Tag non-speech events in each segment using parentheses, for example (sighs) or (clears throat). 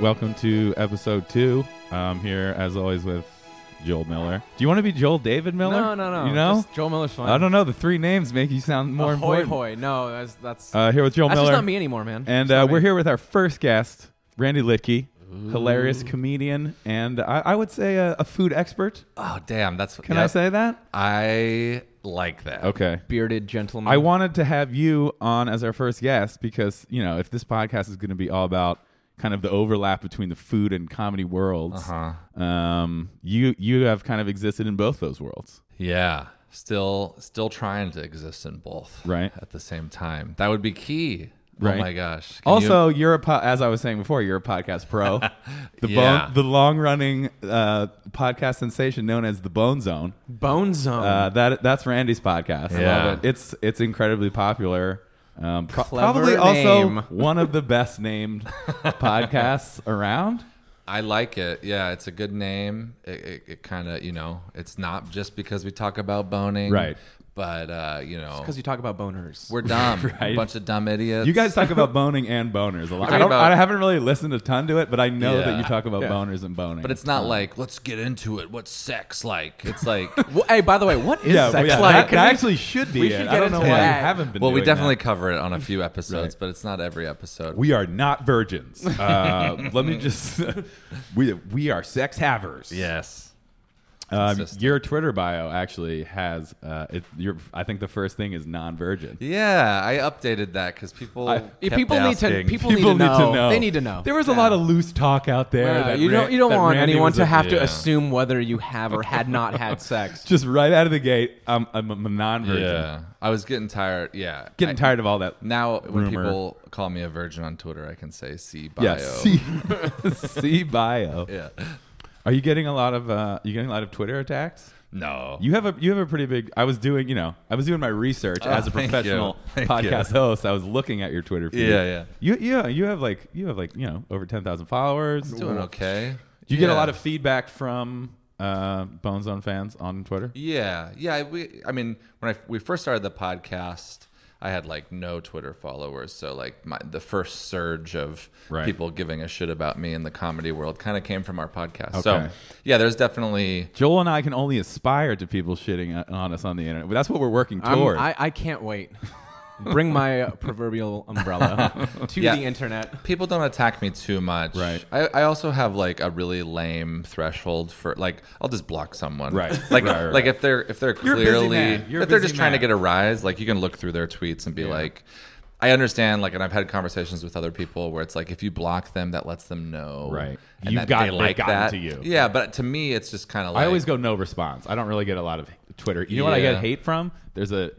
Welcome to episode two. I'm here as always with Joel Miller. Do you want to be Joel David Miller? No, no, no. You know, Just Joel Miller's fine. I don't know. The three names make you sound more Ahoy, important. hoy. No, that's that's Uh, here with Joel that's Miller, just not me anymore, man. and It's uh, not we're me. here with our first guest, Randy Litke, hilarious comedian, and I, I would say a, a food expert. Oh damn, that's Can I yep. say that? I like that. Okay. bearded gentleman. Mm. I wanted to have you on as our first guest because, you know, if this podcast is going to be all about kind of the overlap between the food and comedy worlds, Uh-huh. um, you you have kind of existed in both those worlds. Yeah. Still still trying to exist in both. Right. At the same time. That would be key. Right. Oh my gosh. Can also, you, are a po- as I was saying before, you're a podcast (laughs) pro. the Yeah. bone, the long running uh, podcast sensation known as the Bone Zone. Bone Zone. Uh, that that's Randy's podcast. I Mm-hmm. Yeah. love it. It's it's incredibly popular. Um, pro- Clever probably name. also one of the best (laughs) named podcasts around. I like it. Yeah, it's a good name. It, it, it kind of, you know, it's not just because we talk about boning. Right. But, uh, you know, because you talk about boners. (laughs) we're dumb. Right. A bunch of dumb idiots. You guys talk about boning and boners a lot. talk I, don't, about- I haven't really listened a ton to it, but I know that Yeah. you talk about boners and boning. But it's not like, let's get into it. What's sex (laughs) like? It's like, Well, hey, by the way, what is yeah, sex well, yeah, like? that, that actually should be. we it. should I get don't know why into you that. haven't been. well, we doing definitely that. cover it on a few episodes, Right. but it's not every episode. We are not (laughs) virgins. Uh, let me just. (laughs) we we are sex havers. yes. Um, Consistent. your Twitter bio actually has. Uh, it, your, I think the first thing is non-virgin. Yeah, I updated that because people. I- Yeah, kept people need to- asking. people- need to know. They need to know. There was a lot of loose talk out there. Yeah, that you Ran- don't you don't that want Randy anyone was to a- have to yeah. assume whether you have or (laughs) had not had sex. just right out of the gate. I'm, I'm a non-virgin. Yeah, I was getting tired. Yeah, Getting I- tired of all that. now when rumor. people call me a virgin on Twitter, I can say C bio. Yeah, (laughs) C, C bio. Yeah. Are you getting a lot of uh, you getting a lot of Twitter attacks? No. You have a you have a pretty big. I was doing you know I was doing my research as a Oh, thank you. professional (laughs) Thank podcast host. I was looking at your Twitter feed. Yeah, yeah. You yeah you have like you have like you know over ten thousand followers. Do doing okay? you get a Yeah. lot of feedback from uh, Bones on fans on Twitter? Yeah, yeah. I- We, I mean, when I we first started the podcast, I had like no Twitter followers, so like my, the first surge of Right. people giving a shit about me in the comedy world kind of came from our podcast. So Okay. yeah, there's definitely Joel and I can only aspire to people shitting uh, on us on the internet. But that's what we're working I'm- toward. I I can't wait. (laughs) Bring my uh, proverbial umbrella to Yeah. the internet. people don't attack me too much. Right. I, I also have like a really lame threshold for like I'll just block someone. Right. (laughs) Like Right, right, like if they're if they're You're a busy clearly man. You're a if they're busy just trying to man. get a rise, like you can look through their tweets and be like I understand, like, and I've had conversations with other people where it's like if you block them, that lets them know, Right. and You've that got- they they've like gotten that to you. Yeah, but to me, it's just kind of like I always go no response. I don't really get a lot of Twitter. You know what I Yeah. get hate from? There's a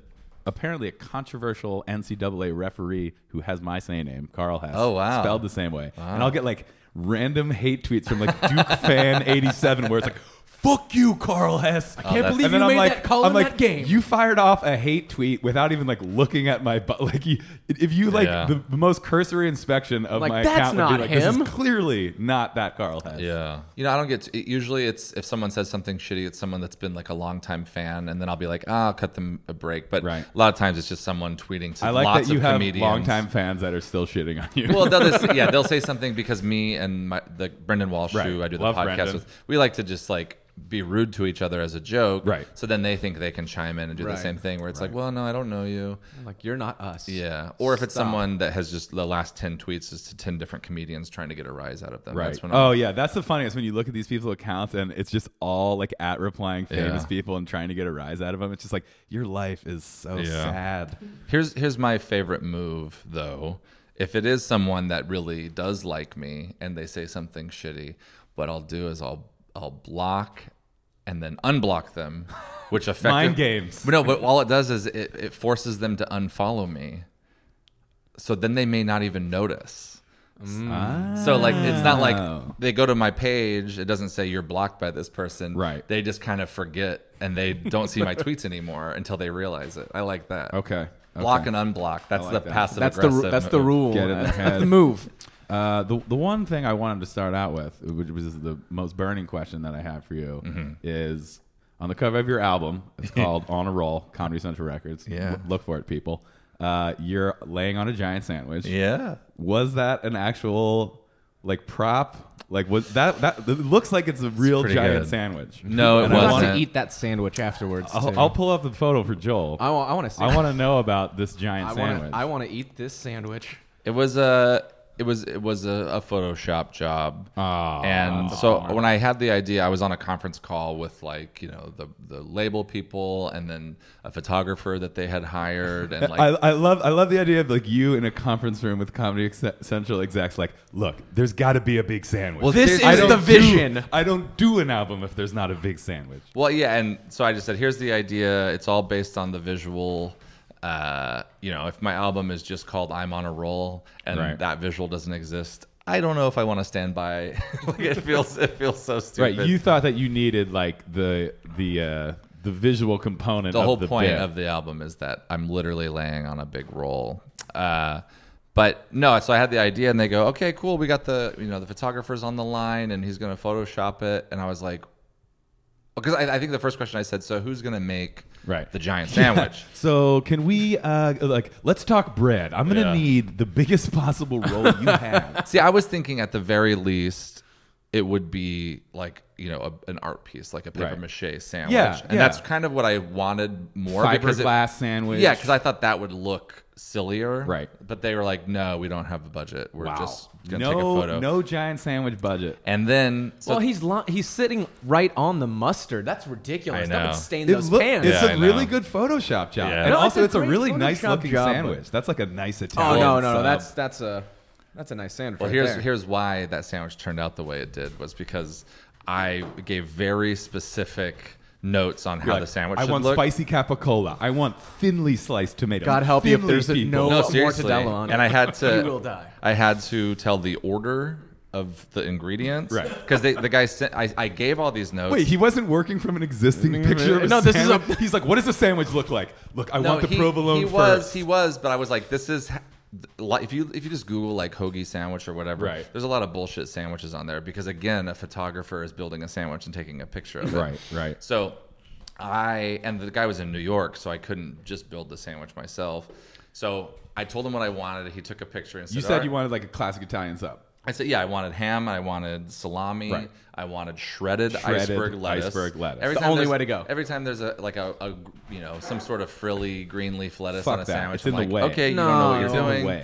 apparently a controversial NCAA referee who has my same name, Carl Hess. Oh, wow. spelled the same way. And I'll get like random hate tweets from like Duke (laughs) fan eighty seven where it's like. Fuck you, Carl Hess! I can't that's- believe And you then made I'm like- that call I'm in like, that game. You fired off a hate tweet without even like looking at my butt. (laughs) Like, you, if you like Yeah. the, the most cursory inspection of Like, my that's account, would be not like, him. this is clearly not that Carl Hess. Yeah. You know, I don't get to, it- usually it's if someone says something shitty, it's someone that's been like a longtime fan, and then I'll be like, ah, I'll cut them a break. But Right. a lot of times it's just someone tweeting to I like lots that you of have comedians. longtime fans that are still shitting on you. (laughs) Well, they'll just, yeah, they'll say something because me and my the Brendan Walsh, Right. who I do the Love podcast Brendan. with, we like to just like be rude to each other as a joke. Right. So then they think they can chime in and do Right. the same thing where it's like, well, no, I don't know you. Like you're not us. Yeah. Or if it's someone that has just the last 10 tweets is to 10 different comedians trying to get a rise out of (laughs) them. right. That's when Oh yeah, that's the funniest when you look at these people's accounts and it's just all like at replying famous Yeah. people and trying to get a rise out of them. It's just like your life is so Yeah. sad. Here's here's my favorite move though. If it is someone that really does like me and they say something shitty, what I'll do is I'll I'll block and then (laughs) unblock them, which affects Mind games. No, but all it does is it, it forces them to unfollow me. So then they may not even notice. Mm. Ah. So like it's not Oh. like they go to my page, it doesn't say you're blocked by this person. Right. They just kind of forget and they don't see (laughs) my tweets anymore until they realize it. I like that. Okay. Block and unblock. That's like the that. passive That's the aggressive. ru- that's the move. rule. Get in their That's head. the move. Uh, the the one thing I wanted to start out with, which was the most burning question that I have for you, Mm-hmm. is on the cover of your album. (laughs) It's called "On a Roll," Comedy Central Records. Yeah. L- look for it, people. Uh, you're laying on a giant sandwich. Yeah. Was that an actual like prop. Like was that that it looks like it's a real pretty giant good. sandwich. No, it And I I wasn't. Oh, want wanna- to eat that sandwich afterwards. I'll, too. I'll pull up the photo for Joel. I want. I want to. I want to know about this giant I sandwich. want. I want to eat this sandwich. It was a it was it was a, a Photoshop job. Ah, and so when I had the idea, I was on a conference call with like you know the the label people and then a photographer that they had (laughs) hired and like I, I love I love the idea of like you in a conference room with Comedy Ex- Central execs. Like, look, there's got to be a big sandwich. Well, This I is don't the do- I don't do an album if there's not a big sandwich. Well, yeah, and so I just said, here's the idea. It's all based on the visual. Uh, you know, if my album is just called "I'm on a Roll" and Right. that visual doesn't exist, I don't know if I want to stand by. (laughs) like it feels, it feels so Right? stupid. You thought that you needed like the the uh, the visual component. the of whole point bit. of the album is that I'm literally laying on a big roll. Uh, but no, so I had the idea, and they go, "Okay, cool. We got the you know the photographer's on the line, and he's going to Photoshop it." And I was like, because I, I think the first question I said, "So who's going to make Right. (laughs) the giant sandwich?" So can we uh, like let's talk bread? I'm gonna Yeah. need the biggest (laughs) possible roll (laughs) you have. See, I was thinking at the very least, it would be like you know a, an art piece, like a paper Right. mache sandwich. Yeah, and yeah. that's kind of what I wanted more because it, Fiberglass sandwich. yeah, because I thought that would look sillier. Right. But they were like, no, we don't have a budget. We're Wow. just gonna no take a photo. no giant sandwich budget. And then so well, he's li- he's sitting right on the mustard. That's ridiculous. I That know. would stain It those look- pants. It's Yeah, I a know. really good Photoshop job, Yeah. and No, it's also a it's a great really Photoshop nice looking job, but- sandwich. That's like a nice oh Italian. no, no, no. sub. That's that's a that's a nice sandwich. Well, right here's there. here's why that sandwich turned out the way it did was because I gave very specific notes on how Like, the sandwich I should want look. spicy capicola. I want thinly sliced tomatoes. God help you if Thinly there's a peeled. no- no, more seriously. Mortadella on and it. I (laughs) had to. You will die. I had to tell the order of the ingredients, Right. Because the guy sent. I, I gave all these notes. Wait, he wasn't working from an existing picture. Of a Mm-hmm. No, this is a- sandwich? He's like, what does a sandwich look like? Look, I want the provolone He first. was. He was. But I was like, this is. h- like, If you if you just Google like hoagie sandwich or whatever, Right. there's a lot of bullshit sandwiches on there because again, a photographer is building a sandwich and taking a picture of it. Right, right. So I and the guy was in New York, so I couldn't just build the sandwich myself. So I told him what I wanted. He took a picture and said, you "All said right." you wanted like a classic Italian sub. I said, yeah, I wanted ham, I wanted salami, Right. I wanted shredded, Shredded iceberg lettuce. iceberg lettuce. Every The time only there's- way to go. Every time there's a like a, a you know some sort of frilly green leaf lettuce Fuck on a that. sandwich. It's in I'm the like, way. Okay, you don't know what No. you're It's No doing. way.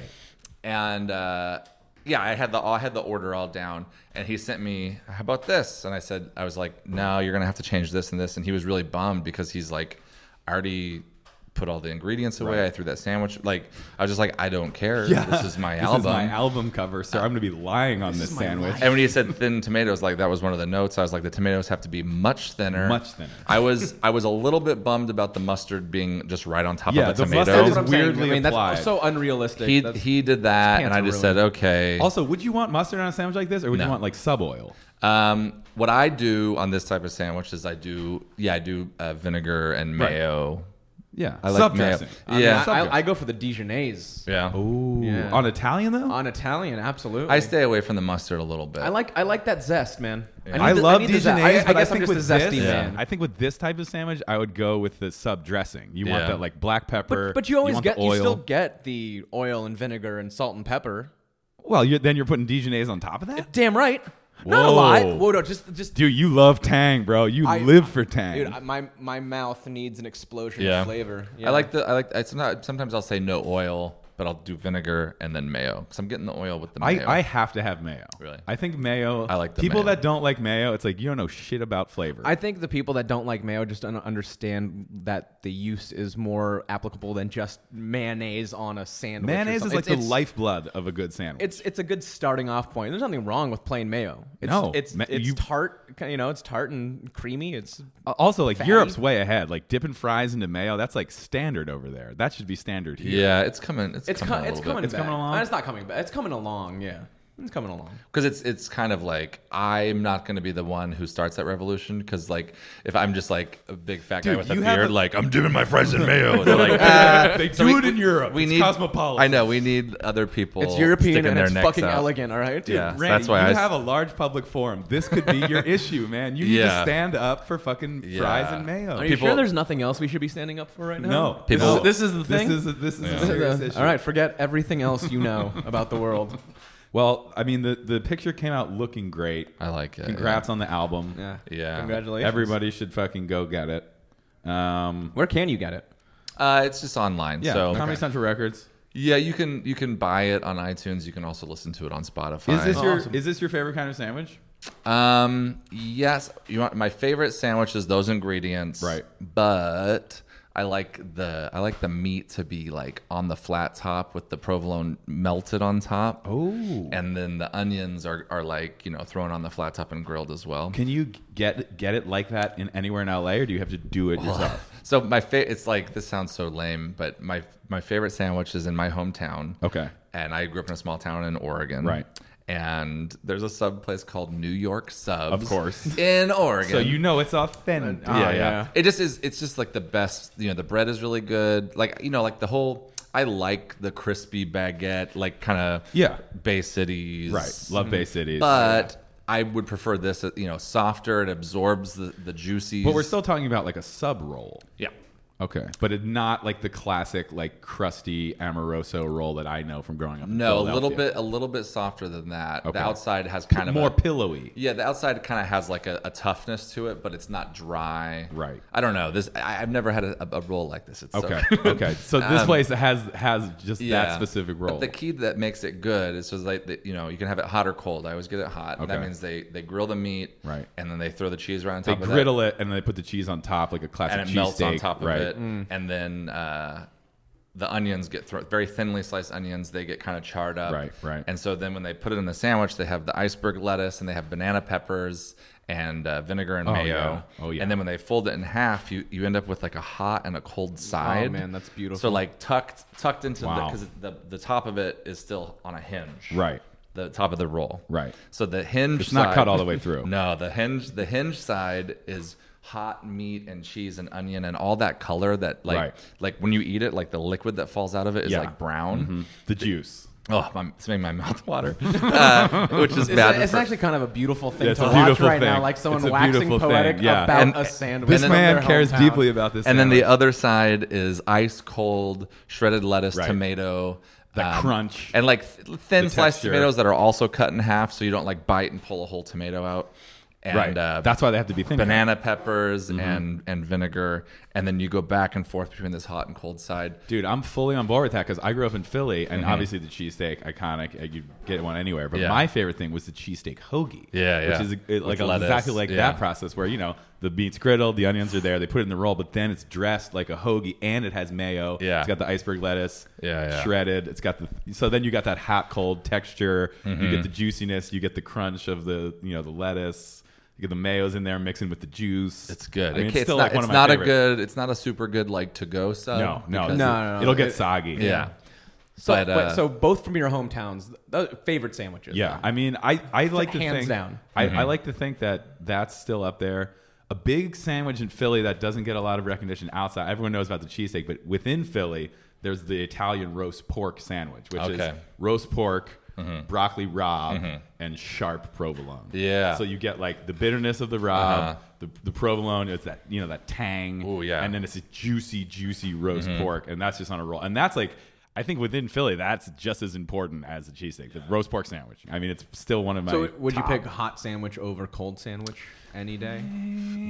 And uh, yeah, I had the I had the order all down, and he sent me, how about this? And I said, I was like, no, you're gonna have to change this and this. And he was really bummed because he's like, I already put all the ingredients away. I threw that sandwich. Like I was just like, I don't care. This is (laughs) my This album. is my album cover, sir. I'm going to be lying on this, sandwich. And when he said thin tomatoes, like that was one of the notes. I was like, the tomatoes have to be much thinner. Much thinner. I was I was a little bit bummed about the mustard being just right on top Yeah, of the, the tomato. mustard is That's what I'm saying. weirdly I mean, that's applied. so unrealistic. he That's- he did that, and pants I are just ruined. said, okay. Also, would you want mustard on a sandwich like this, or would you want like sub oil? Um, what I do on this type of sandwich is I do yeah I do uh, vinegar and Right. mayo. Yeah, I like sub mayo. dressing. I, yeah. mean, I- I, I go for the Dijonnaise. Yeah. Ooh, Yeah. on Italian though. On Italian, absolutely. I stay away from the mustard a little bit. I like I like that zest, man. need I the- love need the zest. Dijonnaise, I, I but I, guess think am with just a zesty this, man. I think with this type of sandwich, I would go with the sub dressing. You want Yeah. that like black pepper, but, but you always want the get you still oil. get the oil and vinegar and salt and pepper. well, you're, then you're putting Dijonnaise on top of that. Damn right. Not a lot. Whoa. Whoa, no, just just Dude, you love Tang, bro. You I- live for Tang. dude. I- My my mouth needs an explosion yeah. of flavor. I like the I like it's not sometimes I'll say no oil, but I'll do vinegar and then mayo because I'm getting the oil with the mayo. I, I have to have mayo. Really? I think mayo. I like the people mayo. that don't like mayo. It's like you don't know shit about flavor. I think the people that don't like mayo just don't understand that the use is more applicable than just mayonnaise on a sandwich. or Mayonnaise is something. like the It's- it's- lifeblood of a good sandwich. It's it's a good starting off point. There's nothing wrong with plain mayo. It's, No. it's Ma- it's you- tart. You know, it's tart and creamy. It's Uh, also like fatty. Europe's way ahead. Like dipping fries into mayo, that's like standard over there. That should be standard here. yeah, it's coming. It's, it's coming. co- a it's little bit. coming. It's coming back. along? Uh, It's not coming. But it's coming along. Yeah, it's coming along. because it's it's kind of like I'm not going to be the one who starts that revolution because like if I'm just like a big fat guy Dude, with a you have beard, a- like I'm dipping my fries in (laughs) mayo, and they're like, Uh, ah. They So do we- it in Europe. We it's need cosmopolitan. I know we need other people. It's European sticking and their it's necks fucking out. elegant. All right. Yeah, Randy, that's why you I s- have a large public forum. This could be (laughs) your issue, man. You need to Yeah. stand up for fucking Yeah. fries and mayo. Are you People- sure there's nothing else we should be standing up for right now? no, People- no. This is the This thing? is a, this is Yeah. a serious issue. (laughs) all right, forget everything else you know about the world. Well, I mean, the, the picture came out looking great. I like it. yeah. Congrats on the album. Yeah. Yeah. Congratulations. Everybody should fucking go get it. Um, Where can you get it? Uh, it's just online. yeah, so Comedy Central Records. yeah, you can you can buy it on iTunes. You can also listen to it on Spotify. Is this your is this your favorite kind of sandwich? Um. Yes. You want my favorite sandwich is those ingredients. Right. But I like the I like the meat to be like on the flat top with the provolone melted on top. Oh. And then the onions are, are like you know thrown on the flat top and grilled as well. Can you get get it like that in anywhere in LA, or do you have to do it yourself? So my fa- it's like this sounds so lame, but my my favorite sandwich is in my hometown. Okay. And I grew up in a small town in Oregon. Right. And there's a sub place called New York Subs. Of course. In (laughs) Oregon. So you know it's authentic. yeah, Ah, yeah, yeah. It just is. It's just like the best. You know, the bread is really good. Like you know, like the whole. I like the crispy baguette, like kind of Yeah. Bay Cities, Right. Love Bay Cities. But I would prefer this. uh, You know, softer. It absorbs the the juicy. but we're still talking about like a sub roll. yeah. Okay. But it, not like the classic, like crusty Amoroso roll that I know from growing up. in No, a little Philadelphia. bit, a little bit softer than that. Okay. The outside has kind of more a- pillowy. Yeah, the outside kind of has like a, a toughness to it, but it's not dry. Right. I don't know. This I, I've never had a, a roll like this. It's so (laughs) Okay. good. okay. So this place has has just that Yeah. specific But roll. the key that makes it good is just like that. You know, you can have it hot or cold. I always get it hot. That Okay. means they they grill the meat, Right. And then they throw the cheese right on they top. of griddle it and then they put the cheese on top like a that, classic and it cheese melts on steak, top of right. Mm. it. Mm. And then uh, the onions get thrown very thinly sliced onions. They get kind of charred up, Right, right. And so then when they put it in the sandwich, they have the iceberg lettuce and they have banana peppers and uh, vinegar and mayo. yeah. Oh, yeah. And then when they fold it in half, you you end up with like a hot and a Oh, cold side. man, that's beautiful. So like tucked tucked into the Wow. because the the top of it is still on a hinge Right. the top of the roll. Right. So the hinge It's not side- cut all the way through. (laughs) no, the hinge the hinge side is hot meat and cheese and onion and all that color that like Right. like when you eat it, like the liquid that falls out of it is Yeah. like brown. The juice. Oh, my, it's making my (laughs) mouth water, uh, which is It's, bad. it's for- actually kind of a beautiful thing Yeah, it's to a watch beautiful right now, thing. like someone It's a waxing beautiful poetic thing, yeah. about And- a sandwich. This from man their cares hometown. deeply about this. and then sandwich. the other side is ice cold shredded lettuce, Right. tomato, um, The crunch. and like th- thin The sliced texture. tomatoes that are also cut in half, so you don't like bite and pull a whole tomato out. And, right. Uh, That's why they have to be thin. banana peppers Mm-hmm. and and vinegar, and then you go back and forth between this hot and cold side. Dude, I'm fully on board with that because I grew up in Philly, and obviously the cheesesteak, iconic. uh, You get one anywhere. But Mm-hmm. Yeah. my favorite thing was the cheesesteak hoagie. Yeah, yeah. Which is uh, like With lettuce, exactly like yeah. that process where, you know, the meat's griddled, the onions are there, they put it in the roll, but then it's dressed like a hoagie and it has mayo. Yeah. It's got the iceberg lettuce. Yeah, yeah. Shredded. It's got the. So then you got that hot, cold texture. You Mm-hmm. get the juiciness. You get the crunch of the, you know, the lettuce. You get the mayo's in there mixing with the juice. It's good. I mean, It- it's still not, like one it's of my not favorites. a good. It's not a super good like to go sub. No, no, because- No, no, no. It'll get It- soggy. yeah. So, But, wait, uh, so both from your hometowns, th- th- favorite sandwiches. Yeah, I mean, I I like to hands think down. I, I Mm-hmm. like to think that that's still up there. A big sandwich in Philly that doesn't get a lot of recognition outside. Everyone knows about the cheesesteak, but within Philly, there's the Italian roast pork sandwich, which is Okay. Mm-hmm. roast pork, broccoli rabe, and sharp provolone. Yeah. Uh-huh. So you get like the bitterness of the rabe, the, the provolone, it's that you know that tang. Ooh, yeah. And then it's a juicy, juicy roast Mm-hmm. pork, and that's just on a roll. And that's like, I think within Philly, that's just as important as the cheesesteak, the roast pork sandwich. I mean, it's still one of my. So would top. you pick hot sandwich over cold sandwich any day?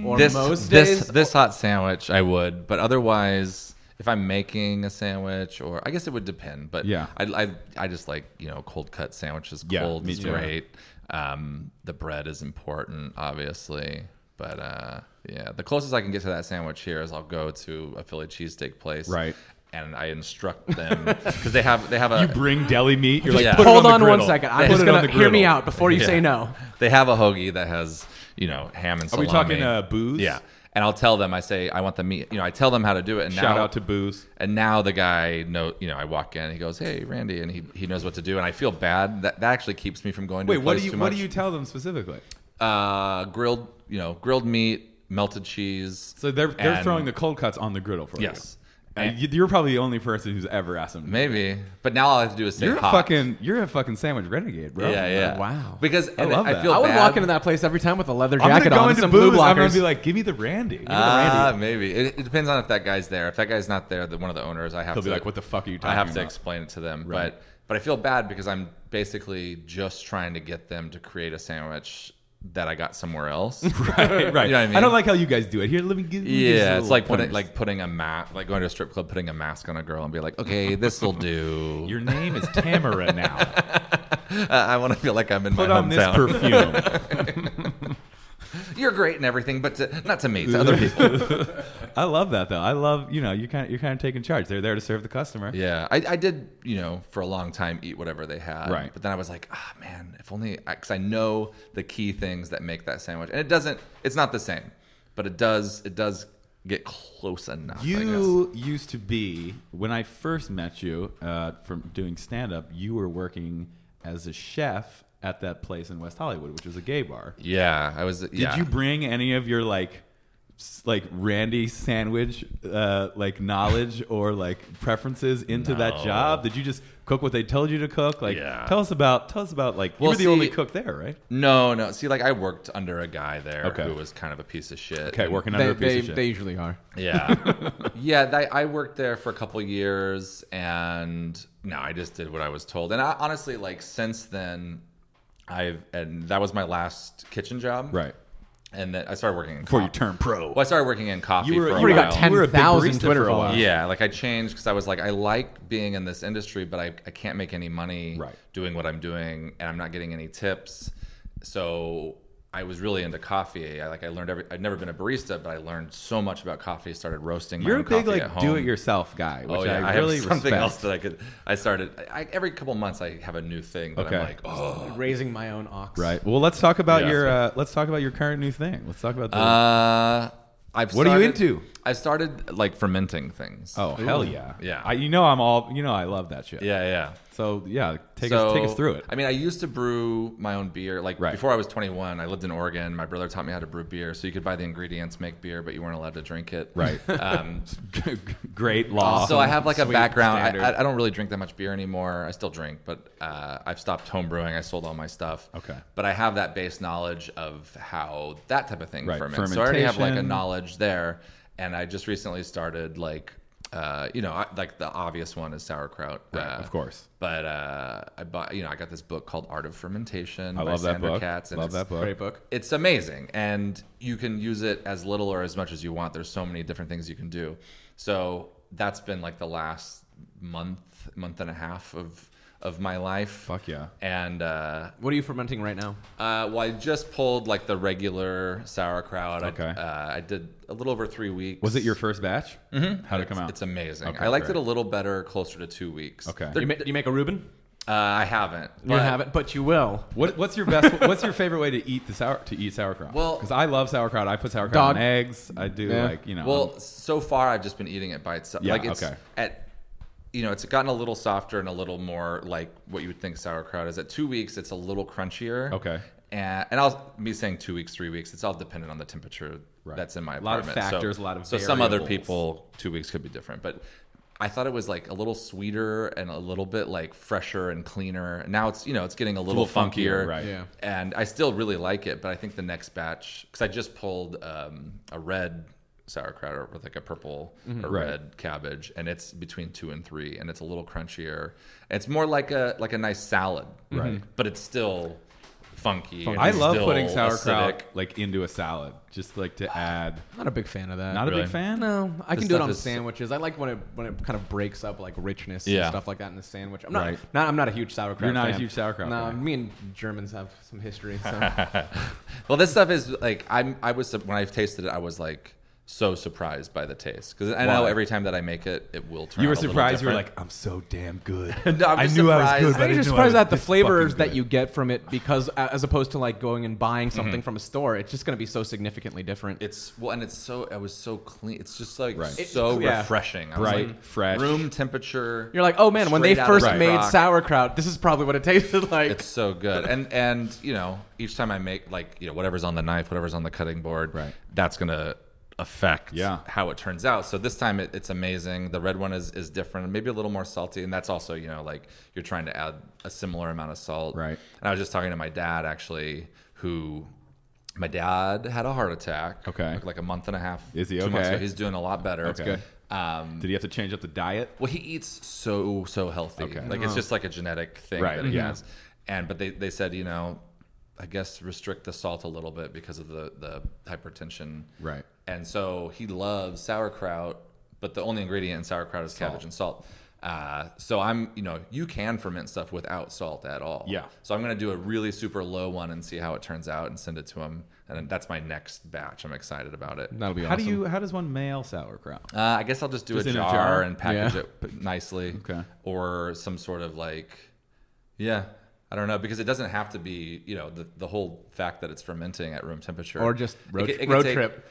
Or This most this days? this hot sandwich I would, but otherwise. If I'm making a sandwich, or I guess it would depend, but Yeah. I, I, I just like you know cold cut sandwiches. Yeah, Cold me is too. great. Um, the bread is important, obviously, but uh, yeah, the closest I can get to that sandwich here is I'll go to a Philly cheesesteak place, Right. And (laughs) I instruct them because they have they have a You bring deli meat. You're like, Yeah. put it Hold on, on the one griddle. second. Put I'm just it on going to the hear me griddle. out before you Yeah. say no. They have a hoagie that has, you know, ham and Are salami. we talking uh, booze? Yeah. And I'll tell them, I say, I want the meat. You know, I tell them how to do it. And Shout now, out to Booze. And now the guy know, you know, I walk in, he goes, "Hey, Randy," and he, he knows what to do. And I feel bad. That that actually keeps me from going. To Wait, a what place do you too what much. do you tell them specifically? Uh, grilled, you know, grilled meat, melted cheese. So they're they're and- throwing the cold cuts on the griddle for Yes. you. And you- you're probably the only person who's ever asked them. to do that. maybe. But now all I have to do is say You're a hot. fucking you're a fucking sandwich renegade, bro. yeah, yeah. Wow. Because and I, love that. I feel I would bad. walk into that place every time with a leather I'm gonna jacket go on and into some blue booze. I'm gonna blockers. be like, give me the Randy. Give me the Randy. Ah, maybe it, it depends on if that guy's there. If that guy's not there, the one of the owners, I have He'll to be like, "What the fuck are you I talking have to about?" explain it to them, Right. but but I feel bad because I'm basically just trying to get them to create a sandwich that I got (laughs) somewhere else. (laughs) right, right. You know what I mean? don't like how you guys do it. Here, let me give. let me give you a Yeah, it's little like putting pointers. like putting a mask, like going to a strip club, putting a mask on a girl, and be like, "Okay, this (laughs) will do." Your name is Tamara now. I, I want to feel like I'm in put my on this hometown. perfume. You're great and everything, but to, not to me, to other (laughs) people. (laughs) I love that though. I love you know you kind of, you're kind of taking charge. They're there to serve the customer. yeah, I, I did, you know, for a long time eat whatever they had. Right. But then I was like, ah, man, if only, because I know the key things that make that sandwich, and it doesn't. It's not the same, but it does. It does get close enough. I guess. You used to be when I first met you uh, from doing stand up. You were working as a chef at that place in West Hollywood, which was a gay bar. Yeah, I was. Did you bring any of your like s- like Randy sandwich uh, like knowledge or like preferences into that No. job? Did you just cook what they told you to cook? Like Yeah. tell us about tell us about like you Well, were the only see- cook there, right? No, no. See, like I worked under a guy there Okay. who was kind of a piece of shit. Okay, And- working They, under a they, piece of shit. they usually are. (laughs) Yeah, yeah. That, I worked there for a couple years, and no, I just did what I was told. And I, honestly, like since then, I've and that was my last kitchen job. right. And then I started working in Before you coffee. turn pro. Well, I started working in coffee You were- for a you were Already while. got You were a big 10,000 barista Twitter for a followers. while. Yeah, like I changed because I was like, I like being in this industry, but I, I can't make any money Right. doing what I'm doing, and I'm not getting any tips. So I was really into coffee. I like I learned every. I've never been a barista, but I learned so much about coffee. Started roasting. My You're own a big coffee at like home. do it yourself guy, which Oh yeah, I, I, really have something respect. else that I could. I started I, every couple months. I have a new thing, but Okay. I'm like, oh. Raising my own ox. Right. Well, let's talk about Yeah. your uh, let's talk about your current new thing. Let's talk about the Uh, I've What are you started- into? I've started like fermenting things. oh hell yeah Yeah. I, you know I'm all you know I love that shit. yeah, yeah. So yeah, take So, us take us through it. I mean, I used to brew my own beer. Like Right. before I was 21, I lived in Oregon. My brother taught me how to brew beer. So you could buy the ingredients, make beer, but you weren't allowed to drink it. Right. (laughs) Um, (laughs) Great law. so I have like a Sweet background. I- standard. I, I don't really drink that much beer anymore. I still drink, but uh, I've stopped home brewing. I sold all my stuff. Okay. But I have that base knowledge of how that type of thing Right, ferments. So I already have like a fermentation. knowledge there. And I just recently started like, uh, you know, I, like the obvious one is sauerkraut. Right, uh, of course. But uh, I bought, you know, I got this book called Art of Fermentation. I by love that Sandra book. Katz, and love it's- that book. Great book. it's amazing and you can use it as little or as much as you want there's so many different things you can do so that's been like the last month month and a half of of my life Fuck yeah. and uh, What are you fermenting right now? uh well i just pulled like the regular sauerkraut Okay. I, uh, I did a little over three weeks Was it your first batch? Mm-hmm. How'd it come out? it's amazing Okay, i liked great. it a little better closer to two weeks Okay. They're- you, ma- you make a Reuben? uh, i haven't You haven't, but you will. What, what's your best? what's your favorite way to eat the sour to eat sauerkraut? Well- because I love sauerkraut. I put sauerkraut Dog- on eggs. I do Yeah. like you know. Well, so far I've just been eating it by itself. Yeah, like it's okay. at you know, it's gotten a little softer and a little more like what you would think sauerkraut is. At two weeks it's a little crunchier. Okay. And, and I'll me saying two weeks, three weeks, it's all dependent on the temperature Right. that's in my A lot of apartment. factors, a so, lot of So some other variables. people two weeks could be different. But I thought it was like a little sweeter and a little bit like fresher and cleaner. Now it's you know, it's getting a little, little funkier, funkier. right. Yeah. And I still really like it, but I think the next batch because I just pulled um, a red sauerkraut or with like a purple or Right. red cabbage, and it's between two and three, and it's a little crunchier. It's more like a like a nice salad, right? But it's still funky. and I it's love still putting sauerkraut acidic. like into a salad, just like to add. Not a big fan of that. Not a Really? big fan. No, I The can do it stuff on is- sandwiches. I like when it when it kind of breaks up like richness and Yeah. stuff like that in the sandwich. I'm not, Right. not I'm not a huge sauerkraut. You're not a fan. huge sauerkraut No, fan. me and Germans have some history. So. Well, this stuff is like I'm. I was when I tasted it, I was like so surprised by the taste because I know Why? every time that I make it, it will turn. You were out a little surprised. You were different. like, "I'm so damn good." (laughs) No, I'm I just knew I was good, surprised. but I I I'm didn't just know I surprised was at the this fucking flavors that good. you get from it because uh, as opposed to like going and buying something from a store, it's just going to be so significantly different. It's well, and it's so it was so clean. It's just like Right. so It- yeah. refreshing. I Bright, was like, fresh. room temperature. You're like, oh man, when they straight out of first the made rock. sauerkraut, this is probably what it tasted like. it's so good. And and you know, each time I make like you know whatever's on the knife, whatever's on the cutting board, Right. That's gonna affect Yeah. how it turns out. So this time it, it's amazing. The red one is is different, maybe a little more salty, and that's also you know like you're trying to add a similar amount of salt, Right. And I was just talking to my dad actually, who. My dad had a heart attack. Okay. Like a month and a half. Is he two months okay? ago. He's doing a lot better. Um, That's good. Did he have to change up the diet? Well, he eats so so healthy. Okay. Like it's just like a genetic thing Right, that he yeah. has. And but they, they said you know, I guess restrict the salt a little bit because of the the hypertension. Right. And so he loves sauerkraut, but the only ingredient in sauerkraut is cabbage and salt. Uh, so I'm you know you can ferment stuff without salt at all. Yeah. So I'm gonna do a really super low one and see how it turns out and send it to him. And that's my next batch. I'm excited about it. That'll be How awesome. do you? How does one mail sauerkraut? Uh, I guess I'll just do Just a, in a jar jar? and package Yeah. it p- nicely. Okay. Or some sort of like, yeah, I don't know, because it doesn't have to be, you know, the, the whole fact that it's fermenting at room temperature. Or just road could- tri- could road take- trip.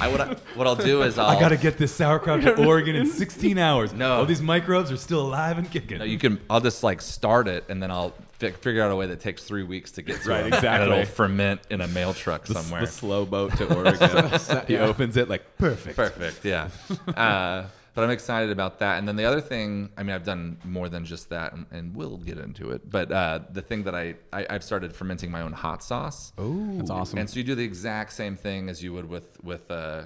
I, what, I, what I'll do is I'll. (laughs) I gotta get this sauerkraut to Oregon (laughs) in 16 hours. Oh. No. all these microbes are still alive and kicking. No, you can. I'll just like start it, and then I'll fi- figure out a way that takes three weeks to get to Right, it, exactly. And it'll ferment in a mail truck somewhere. The slow boat (laughs) (laughs) to Oregon. he opens it like perfect. Perfect. (laughs) Yeah. uh, but I'm excited about that. And then the other thing, I mean, I've done more than just that, and, and we'll get into it. But uh, the thing that I, I I've started fermenting my own hot sauce. Oh, That's awesome. And so you do the exact same thing as you would with with uh,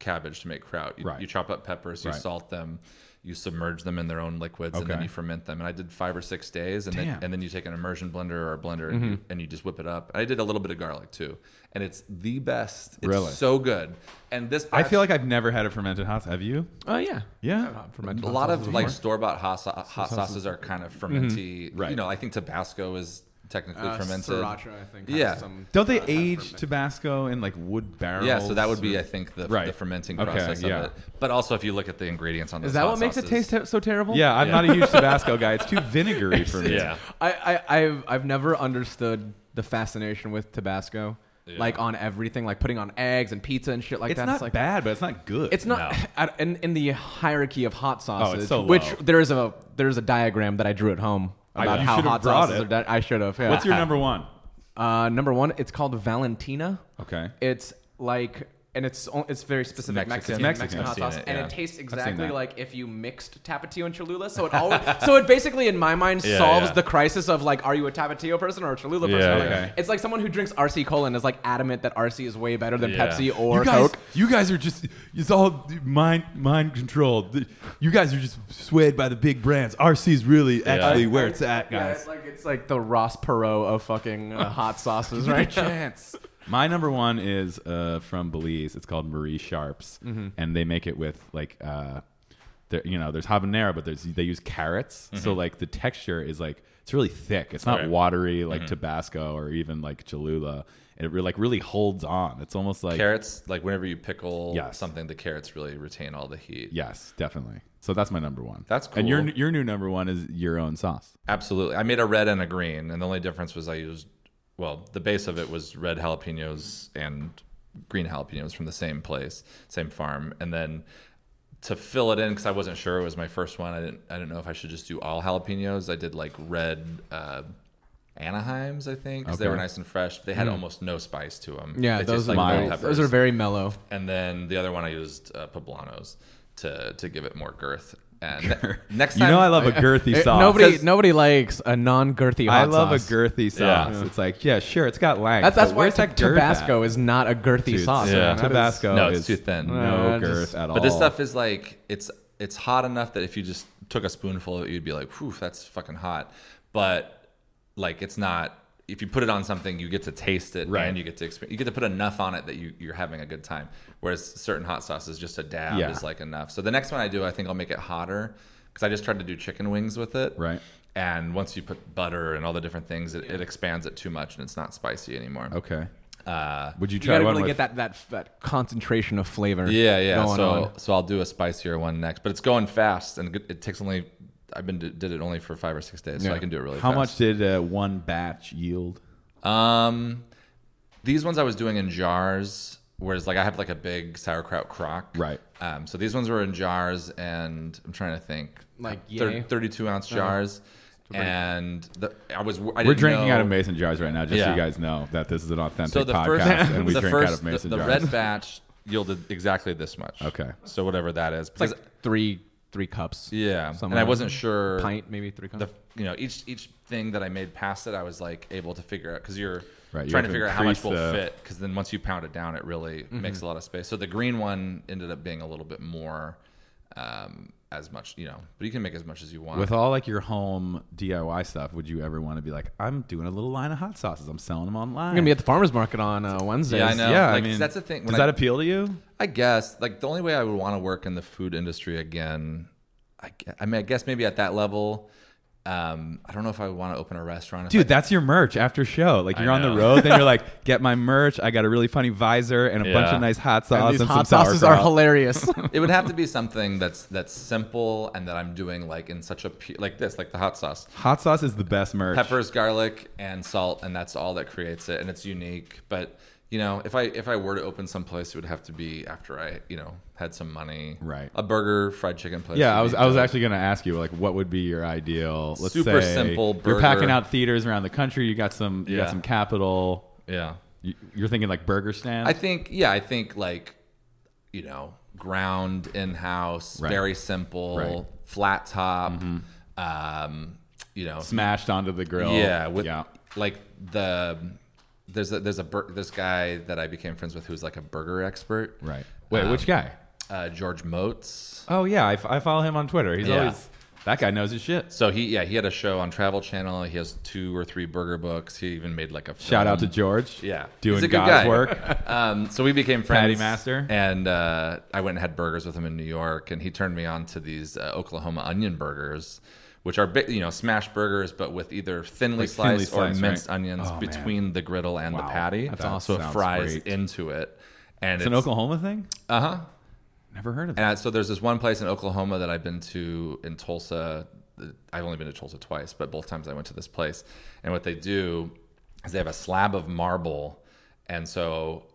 cabbage to make kraut. You, Right. you chop up peppers, you Right. salt them. You submerge them in their own liquids and then Okay. you ferment them. And I did five or six days, and then Damn. Mm-hmm. and then you take an immersion blender or a blender and, you, and you just whip it up. I did a little bit of garlic too, and it's the best. It's Really? so good. And this I batch- feel like I've never had a fermented hot. Have you? Oh yeah. Yeah. fermented a hot lot sauces of like store bought hot, sau- hot sauces are kind of fermenty. Mm-hmm. Right. You know, I think Tabasco is technically Uh, fermented. Sriracha, I think. has Yeah. some- Don't they uh, has age fermented. Tabasco in like wood barrels? Yeah, so that would be, or- I think, the, Right. the fermenting Okay, process yeah. of it. But also, if you look at the ingredients on the Is that what makes it taste te- so terrible? Yeah, I'm Yeah. not a (laughs) huge Tabasco guy. It's too vinegary for me. Yeah. I, I I've I've never understood the fascination with Tabasco, Yeah. like on everything, like putting on eggs and pizza and shit like It's that. not like bad, but it's not good. It's not (laughs) at, in, in the hierarchy of hot sauces, so which low. there is a there is a diagram that I drew at home I- about you how should have hot brought sauces it. are done. I should have. yeah. What's your number one? Uh, number one, it's called Valentina. Okay. It's like, and it's o- it's very specific Mexican. Mexican, It's Mexican, Mexican. hot I've seen sauce, it, and yeah. it tastes seen exactly that. like if you mixed Tapatio and Cholula. So it always, (laughs) so it basically, in my mind, Yeah, solves yeah. the crisis of like, are you a Tapatio person or a Cholula person? Yeah, Like, yeah. It's like someone who drinks RC Cola and is like adamant that RC is way better than Yeah. Pepsi or you guys, Coke. you guys are just it's all mind mind controlled. You guys are just swayed by the big brands. RC's really actually where it's at, Yeah, guys. it's like it's like the Ross Perot of fucking (laughs) uh, hot sauces, right? chance. My number one is uh, from Belize. It's called Marie Sharps, Mm-hmm. and they make it with like, uh, there- you know, there's habanero, but there's they use carrots, so Mm-hmm. like the texture is like it's really thick. It's not Right. watery like Mm-hmm. Tabasco or even like Cholula. And it re- like really holds on. It's almost like Carrots, like whenever you pickle Yes. something, the carrots really retain all the heat. yes, definitely. So that's my number one. That's And your cool. your new number one is your own sauce. Absolutely. I made a red and a green, and the only difference was I used, well, the base of it was red jalapenos and green jalapenos from the same place, same farm, and then to fill it in because I wasn't sure it was my first one. I didn't, I didn't know if I should just do all jalapenos. I did like red. Uh, Anaheims, I think, because they Okay. were nice and fresh. They had almost no spice to them. Hmm. Yeah, They those taste are like bell very, those peppers. are very mellow. and then the other one I used uh, poblanos to to give it more girth. (laughs) And next You time, know I love a girthy It- sauce. Eh, nobody 'Cause- nobody likes a non-girthy hot I love sauce. a girthy Yeah. sauce. It's like yeah, sure, it's got length. That's that's but why where's that girth at? Tabasco is not a girthy Dude, sauce. it's- Yeah. man. That is- Tabasco No, is it's too thin. No Uh, girth just- at all. But this stuff is like it's it's hot enough that if you just took a spoonful, of it, you'd be like, "Whew, that's fucking hot." But like, it's not. If you put it on something, you get to taste it, Right. and you get to experience. You get to put enough on it that you you're having a good time. Whereas certain hot sauces, just a dab Yeah. is like enough. So the next one I do, I think I'll make it hotter because I just tried to do chicken wings with it, Right. And once you put butter and all the different things, it, it expands it too much, and it's not spicy anymore. okay. Uh, Would you You try gotta one really with? get that, that that concentration of flavor. Yeah, yeah. Going so on. so I'll do a spicier one next, but it's going fast and it takes only. I've been did it only for five or six days, so Yeah. I can do it really. How much fast. did uh, one batch yield? much? Um, these ones I was doing in jars, whereas like I have like a big sauerkraut crock. Right. Um, so these ones were in jars, and I'm trying to think, Like, thir- yay. Uh-huh. 32 ounce jars, and the, I was I We're didn't drinking know- out of mason jars right now, just so Yeah. you guys know that this is an authentic So the podcast, first, and we (laughs) the drink first, out of mason the, the jars. red batch yielded exactly this much. Okay. So whatever that is, it's because like three three cups. yeah, and I somewhere. wasn't sure pint maybe three cups. the you know each each thing that I made past it, I was like able to figure out because you're Right, you trying have to to figure out how much increase will the- Mm-hmm. fit. Because then once you pound it down, it really makes a lot of space. So the green one ended up being a little bit more um, as much, you know, but you can make as much as you want. With all like your home DIY stuff, would you ever want to be like, I'm doing a little line of hot sauces. I'm selling them online. I'm gonna be at the farmers market on uh, Wednesday. yeah, I know. Yeah, like, I mean, that's the thing. Does When I- that appeal to you? I guess like the only way I would want to work in the food industry again, I, gue- I mean, I guess maybe at that level, um, I don't know if I would want to open a restaurant. If Dude, I, that's your merch after show. Like I you're on the know. road, (laughs) then you're like, get my merch. I got a really funny visor and a bunch Yeah. of nice hot sauce And and, these some hot sauces are sauerkraut." (laughs) hilarious. it would have to be something that's that's simple and that I'm doing like in such a pu- like this, like the hot sauce, Hot sauce is the best merch. peppers, garlic, and salt, and that's all that creates it, and it's unique. But you know, if I if I were to open someplace, it would have to be after I you know had some money, Right. A burger, fried chicken place. Yeah, would I was be I was dope. actually going to ask you like what would be your ideal let's Super say simple You're burger. packing out theaters around the country. You got some you got Yeah. some capital. yeah. You- You're thinking like burger stands. I think, yeah, I think like, you know, ground in house, Right. very simple, Right. Mm-hmm. flat top, um, you know, smashed onto the grill. yeah, with yeah. like the there's a there's a bur- this guy that I became friends with who's like a burger expert, Right. Wait, which guy? Uh, George Moats. Um, Oh yeah, I, f- I follow him on Twitter. He's Yeah. always that guy knows his shit. So he yeah he had a show on Travel Channel. He has two or three burger books. He even made like a film. Shout out to George. Um, Yeah, doing He's a good God's guy. work. (laughs) Um, so we became friends. Patty Master. And uh, I went and had burgers with him in New York, and he turned me on to these uh, Oklahoma onion burgers, which are big, you know smash burgers, but with either thinly Like thinly sliced or sliced, minced right? onions Oh, man. between the griddle and Wow. the patty. That's so awesome. it Sounds fries great. into it. And It's an Oklahoma thing. Uh huh. Never heard of And that. I, so there's this one place in Oklahoma that I've been to in Tulsa. I've only been to Tulsa twice, but both times I went to this place. And what they do is they have a slab of marble, and so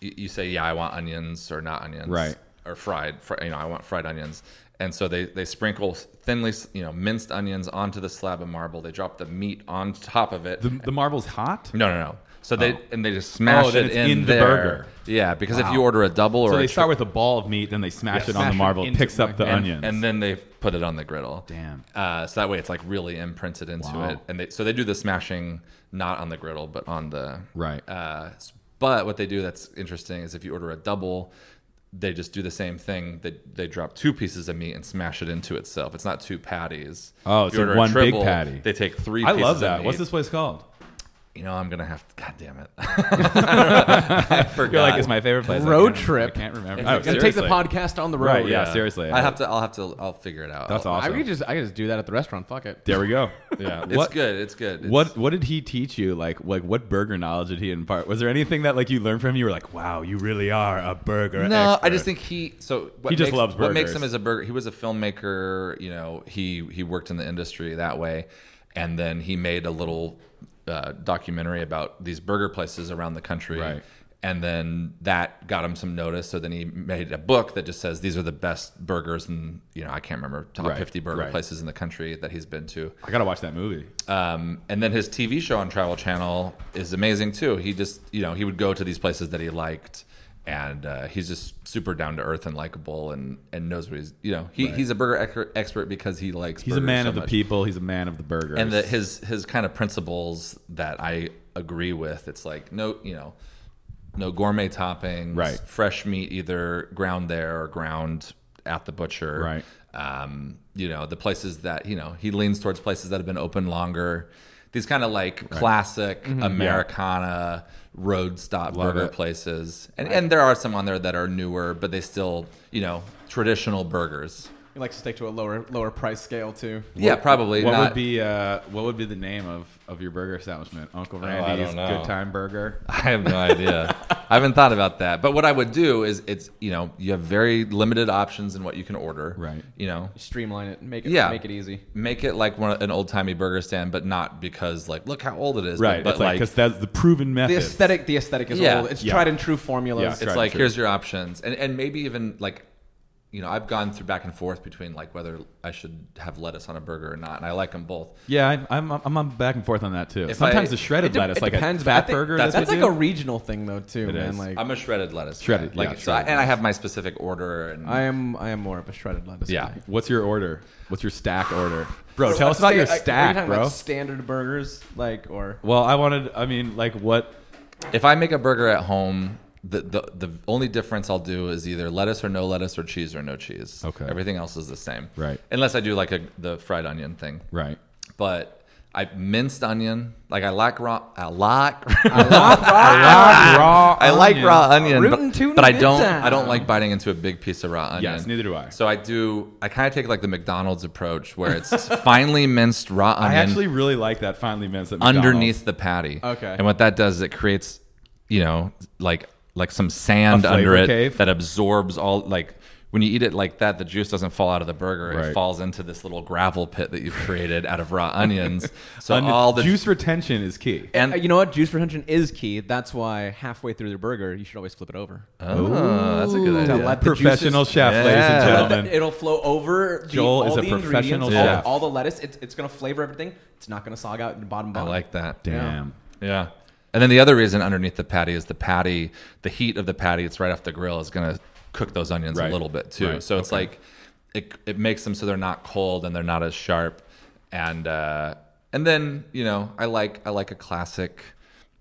you, you say, "Yeah, I want onions or not onions, Right. Or fried, fr- you know, I want fried onions." And so they they sprinkle thinly, you know, minced onions onto the slab of marble. They drop the meat on top of it. The, the marble's hot. no, no, no. So they and they just smash Oh, then it it's in, in the there. burger. Yeah, because if you order a double or So a they tri- start with a ball of meat, then they smash it on Smash the it marble, into picks up the and, onions. and then they put it on the griddle. Damn. Uh, so that way it's like really imprinted into Wow. it, and they so they do the smashing not on the griddle but on the Right. Uh, s- but what they do that's interesting is if you order a double, they just do the same thing. They they drop two pieces of meat and smash it into itself. It's not two patties. Oh, If it's you like order a one big triple, patty. They take three. I pieces love of that. What's meat. this place called? (laughs) You know, I'm gonna have. To, God damn it! (laughs) You're like, it's my favorite place. I (laughs) Road can't- trip. I can't remember. It's Oh, like- Gonna take the seriously. podcast on the road. Right, yeah, seriously. I have to. I'll have to. I'll figure it out. That's I'll- awesome. I could just I could just do that at the restaurant. Fuck it. There we go. (laughs) Yeah, it's What- good. It's good. It's- What What did he teach you? Like like what burger knowledge did he impart? Was there anything that like you learned from him? You were like, wow, you really are a burger. No, I expert." just think he. So what He just makes, loves What makes burgers. him as a burger? He was a filmmaker. You know, he he worked in the industry that way, and then he made a little uh, documentary about these burger places around the country. Right. And then that got him some notice. So then he made a book that just says these are the best burgers, and you know I can't remember top Right, fifty burger right. places in the country that he's been to. I gotta watch that movie. Um, and then his TV show on Travel Channel is amazing too. He just, you know, he would go to these places that he liked, and uh, he's just super down to earth and likable, and and knows what he's, you know, he, he's a burger ec- expert because he likes. He's a burgers man so of the much. people. He's a man of the burgers. and the, his his kind of principles that I agree with. It's like no, you know, no gourmet toppings, Right. Fresh meat, either ground there or ground at the butcher, Right. Um, you know, the places that you know he leans towards places that have been open longer. These kind of like classic Americana road stop Mm-hmm. Love burger it. places, and and there are some on there that are newer, but they still you know traditional burgers. He likes to stick to a lower lower price scale too. yeah, probably. what not, would be uh, What would be the name of of your burger establishment? Uncle I Randy's don't know. Good Time Burger. (laughs) I have no idea. I haven't thought about that. But what I would do is it's you know, you have very limited options in what you can order. Right. You know. Streamline it. Make it Yeah. make it easy. Make it like one an old timey burger stand, but not because like look how old it is. Right. But, it's but, like like, because that's the proven method. The aesthetic the aesthetic is Yeah. old. It's Yeah. tried and true formulas. Yeah. it's Right, like true. here's your options. And and maybe even like you know, I've gone through back and forth between like whether I should have lettuce on a burger or not, and I like them both. yeah, I, I'm I'm on back and forth on that too. If Sometimes I- the shredded It de- lettuce, it like depends, a but I fat think burger. That's, what like you a do? regional thing though too, man. is. Like I'm a shredded lettuce. guy. Shredded, like yeah, so, I, shredded and I have my specific order. And I am I am more of a shredded lettuce. Yeah. guy. What's your order? What's your stack order, bro? Tell us about your Sta- like, Are you stack, talking bro. About standard burgers, like or Well, I wanted. I mean, like what? if I make a burger at home, the, the the only difference I'll do is either lettuce or no lettuce or cheese or no cheese. Okay. Everything else is the same. Right. Unless I do like a the fried onion thing. Right. But I minced onion. Like I like raw. I (laughs) like. raw. I like raw onion, Rootin' tootin' but, but I good don't. time. I don't like biting into a big piece of raw onion. Yes, neither do I. So I do. I kind of take like the McDonald's approach, where it's (laughs) finely minced raw onion I actually really like that finely minced at McDonald's. underneath the patty. Okay. And what that does is it creates, you know, like like some sand A flavor under it cave? that absorbs all like when you eat it like that, the juice doesn't fall out of the burger. It Right. falls into this little gravel pit that you've created out of (laughs) raw onions. So Onion- all the juice retention is key. and Uh, you know what? Juice retention is key. That's why halfway through the burger, you should always flip it over. Oh, that's a good To idea. let the Professional juices- chef, ladies and Yeah. Let gentlemen. the- it'll flow over. The, Joel all is a the professional ingredients, chef. All, all the lettuce. It's, it's gonna flavor everything. It's not gonna sog out in the bottom. I bun. like that. Damn. Yeah. And then the other reason underneath the patty is the patty, the heat of the patty, it's right off the grill, is going to cook those onions a Right. little bit too. Right. So it's like it, it makes them so they're not cold and they're not as sharp. And uh, and then you know I like I like a classic,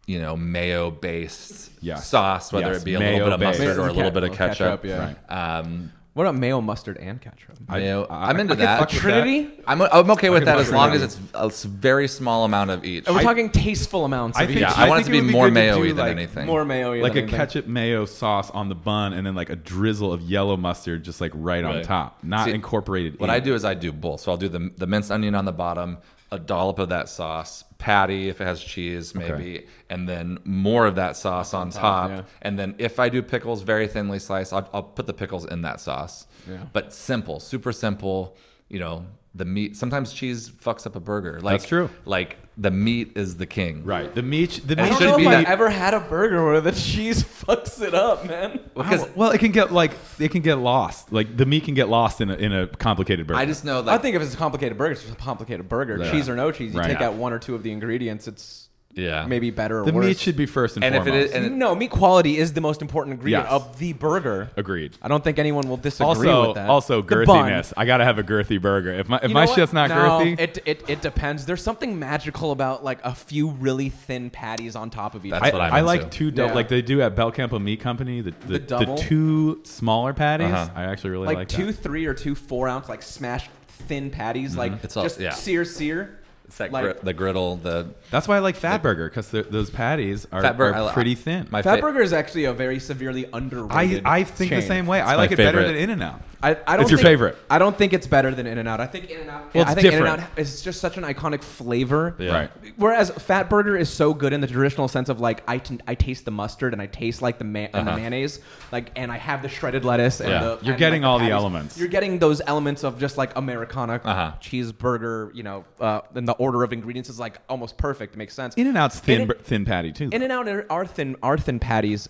you know mayo based Yes. sauce, whether Yes, it be a little bit of mayo-based. mustard or a little bit of Ketchup, ketchup. yeah. Right. Um, What about mayo, mustard, and ketchup? I- mayo. I- I, am into I could that. fuck with that. Trinity? I'm, I'm okay with that fuck as with long that. as it's a s- very small amount of each. And we're talking tasteful amounts. I of think- each. yeah, I, want it think to it be would be more good to mayo do, than like, anything. more mayo, yeah, like than a anything. ketchup mayo sauce on the bun and then like a drizzle of yellow mustard just like right, on Right. top not See, incorporated What in. I do is I do both. So I'll do the the minced onion on the bottom, a dollop of that sauce, patty if it has cheese maybe, and then more of that sauce on top. yeah. And then if I do pickles, very thinly sliced, I'll, I'll put the pickles in that sauce. Yeah. But simple, super simple. You know, the meat. Sometimes cheese fucks up a burger. Like, That's true. Like the meat is the king. right the meat the meat I I don't don't should should know if be be I've that- ever had a burger where the (laughs) cheese fucks it up, man. Because well it can get like it can get lost like the meat can get lost in a, in a complicated burger I just know I that. think if it's a complicated burger, it's just a complicated burger. Yeah. Cheese or no cheese, you Right. take Yeah. out one or two of the ingredients, it's Yeah. maybe better or the worse. meat should be first and, And if foremost it is- and- no, meat quality is the most important ingredient Yes. of the burger. agreed I don't think anyone will disagree also with that. also The bun. girthiness I gotta have a girthy burger if my if You my know what? shit's not No, girthy It, it, it depends. There's something magical about like a few really thin patties on top of each That's I, other. what I'm I into. like two dou- Yeah. like they do at Belcampo Meat Company the the, double? two smaller patties Uh-huh. I actually really Like, like, that. Mm-hmm. two, three, or two, four ounce like smashed thin patties. Like It's all- just yeah. sear, sear. it's that like- gri- the griddle, the That's why I like Fat Burger because those patties are, Fatburger, are I- pretty thin. My Fat fa- burger is actually a very severely I, underrated. I think chain. the same way. I my like it better favorite. than In and Out. I, I don't It's your think- favorite. I don't think it's better than In and Out. I think In and Out. Well, I it's think different. In and Out is just such an iconic flavor. Yeah. Right. Whereas Fat Burger is so good in the traditional sense of like I, t- I taste the mustard and I taste like the ma- and the Uh-huh. mayonnaise like and I have the shredded lettuce and Yeah. the You're and, getting like, all the patties. elements. You're getting those elements of just like Americana Uh-huh. cheeseburger. You know, uh, and the order of ingredients is like almost perfect. It makes sense. In and Out's thin In- bur- thin patty too. In and out are- are thin are thin patties.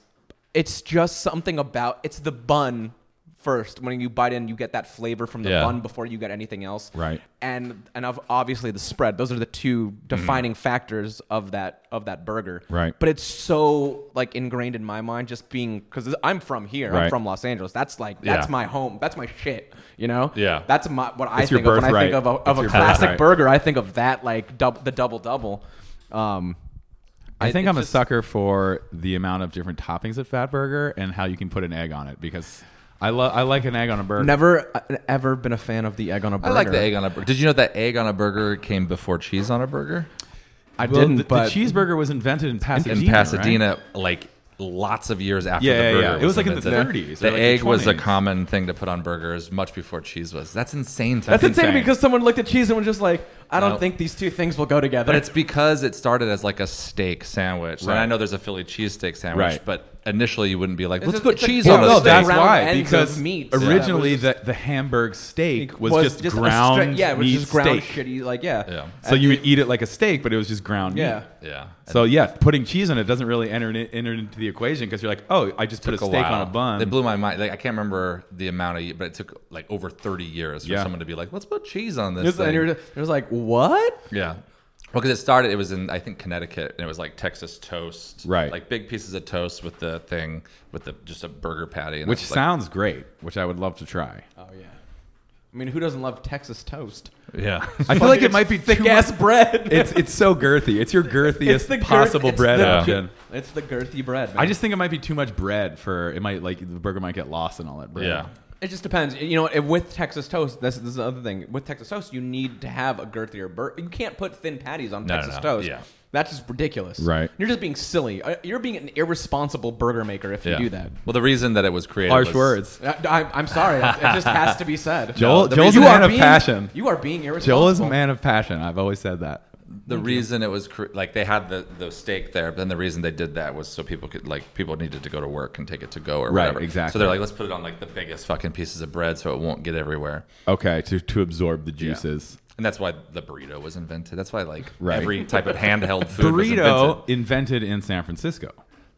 It's just something about it's the bun first. When you bite in, you get that flavor from the Yeah. bun before you get anything else. Right. Mm-hmm. And and of obviously the spread. Those are the two defining factors of that of that burger. Right. But it's so like ingrained in my mind, just being because I'm from here. I'm Right. from Los Angeles. That's like that's Yeah. my home. That's my shit. You know. Yeah. That's my what I It's your think of when I birthright. think of a, of It's a your classic birthright. burger. I think of that like dub, the double double. Um, I it- think it's I'm a just- sucker for the amount of different toppings at Fat Burger and how you can put an egg on it because I love I like an egg on a burger. Never uh, ever been a fan of the egg on a burger. I like the egg on a burger. Did you know that egg on a burger came before cheese on a burger? I Well, didn't, the, the but cheeseburger was invented in Pasadena. in Pasadena, like lots of years after Yeah, yeah, the burger. yeah. It was like in the invented. 30s or The like the egg was a 20s. common thing to put on burgers much before cheese was. That's insane. To that's me. insane insane. because someone looked at cheese and was just like, I don't No. think these two things will go together. But it's because it started as like a steak sandwich. And I Right. know there's a Philly cheesesteak sandwich, Right. but initially you wouldn't be like, let's a- put it's a- cheese well, on no, a no, steak. that's Round why ends because of meat. originally Yeah. the, the Hamburg steak was, just, a ground stra- yeah, it was meat just ground steak. shitty, like yeah, Yeah. So you would eat it like a steak, but it was just ground yeah. meat. yeah. So yeah, putting cheese on it doesn't really enter it- enter into the equation because you're like, oh, I just put a took steak while. on a bun. It blew my mind. Like I can't remember the amount of, but it took like over 30 years for Yeah. someone to be like, let's put cheese on this. Just- thing. and you're, just- it was like, what? Yeah. Well, because it started, it was in I think Connecticut, and it was like Texas toast, Right. Like big pieces of toast with the thing, with the just a burger patty, and which it's sounds great, which I would love to try. Oh yeah. I mean, who doesn't love Texas toast? (laughs) like, (laughs) yeah, I feel like it might be thick too ass much- (laughs) bread. It's it's so girthy. It's your girthiest girth- possible it's bread the- option. It's the girthy bread. I just think it might be too much bread for it. Might like the burger might get lost in all that bread. Yeah. It just depends. You know, if with Texas toast, this, this is the other thing. With Texas toast, you need to have a girthier burger. You can't put thin patties on No, no, Texas no. toast. Yeah. That's just ridiculous. Right. You're just being silly. Uh, You're being an irresponsible burger maker if Yeah. you do that. Well, the reason that it was created. Harsh was- words. Uh, I, I'm sorry. It just has to be (laughs) said. Joel- the Joel's reason- a you man are of being- passion. You are being irresponsible. Joel is a man of passion. I've always said that. The reason it was cre- like they had the, the steak there, but then the reason they did that was so people could like people needed to go to work and take it to go or Right, whatever. So exactly. they're like, let's put it on like the biggest fucking pieces of bread so it won't get everywhere. Okay, to to absorb the juices. And that's why the burrito was invented. That's why like Right. every type (laughs) of handheld food was invented. Burrito invented in San Francisco.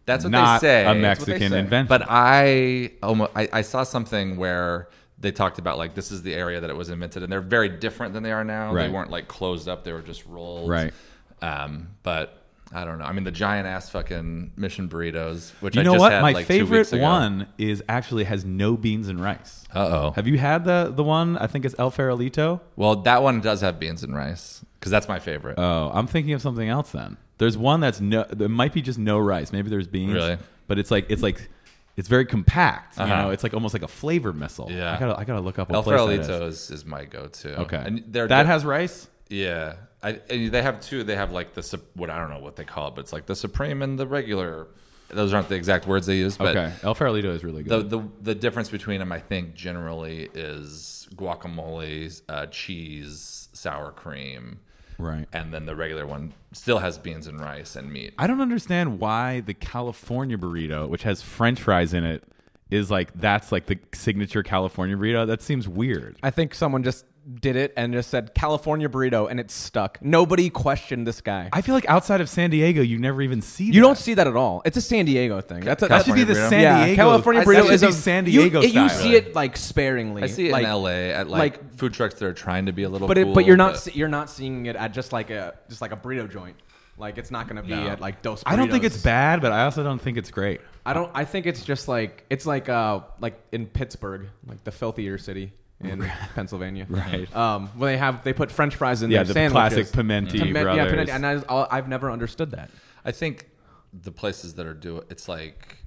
That's what Not they say. a That's what they Mexican say. invention. But I, almost, I I saw something where they talked about like this is the area that it was invented, and they're very different than they are now. They Right. weren't like closed up; they were just rolled. Right. Um, but I don't know. I mean, the giant ass fucking mission burritos, which you I know just what? had My like favorite two weeks one is actually has no beans and rice. Uh oh. Have you had the the one? I think it's El Farolito. Well, that one does have beans and rice because that's my favorite. Oh, I'm thinking of something else then. There's one that's no. There might be just no rice. Maybe there's beans. Really? But it's like it's like it's very compact. You Uh-huh. know, it's like almost like a flavor missile. Yeah. I gotta I gotta look up. What El place that is. Farolito is, is my go-to. Okay. and they're that di- has rice. Yeah, I, and they have two. They have like the sup- what I don't know what they call it, but it's like the supreme and the regular. Those aren't the exact words they use, but okay. El Farolito is really the, good. the the difference between them, I think, generally is guacamole, uh, cheese, sour cream, right. and then the regular one still has beans and rice and meat. I don't understand why the California burrito, which has French fries in it, is like that's like the signature California burrito. That seems weird. I think someone just did it and just said California burrito and it stuck. Nobody questioned this guy. I feel like outside of San Diego, you never even see. you don't see that at all. It's a San Diego thing. That's a, That should be the California burrito? San yeah, Diego. California I- that burrito should is be a San Diego You, you style. see it like sparingly. I see it like, in L.A. at like, like- food trucks that are trying to be a little, but it, cool, but you're not se- you're not seeing it at just like a just like a burrito joint. Like it's not going to be No. at like Dos. Burritos. I don't think it's bad, but I also don't think it's great. I don't. I think it's just like it's like uh like in Pittsburgh, like the filthier city in Pennsylvania. Right. Um, when they have they put French fries in Yeah, their the sandwiches. classic Pimenti Pime- brothers. Yeah, Pimenti, and I, was- I'll- I've never understood that. I think the places that are doing it's like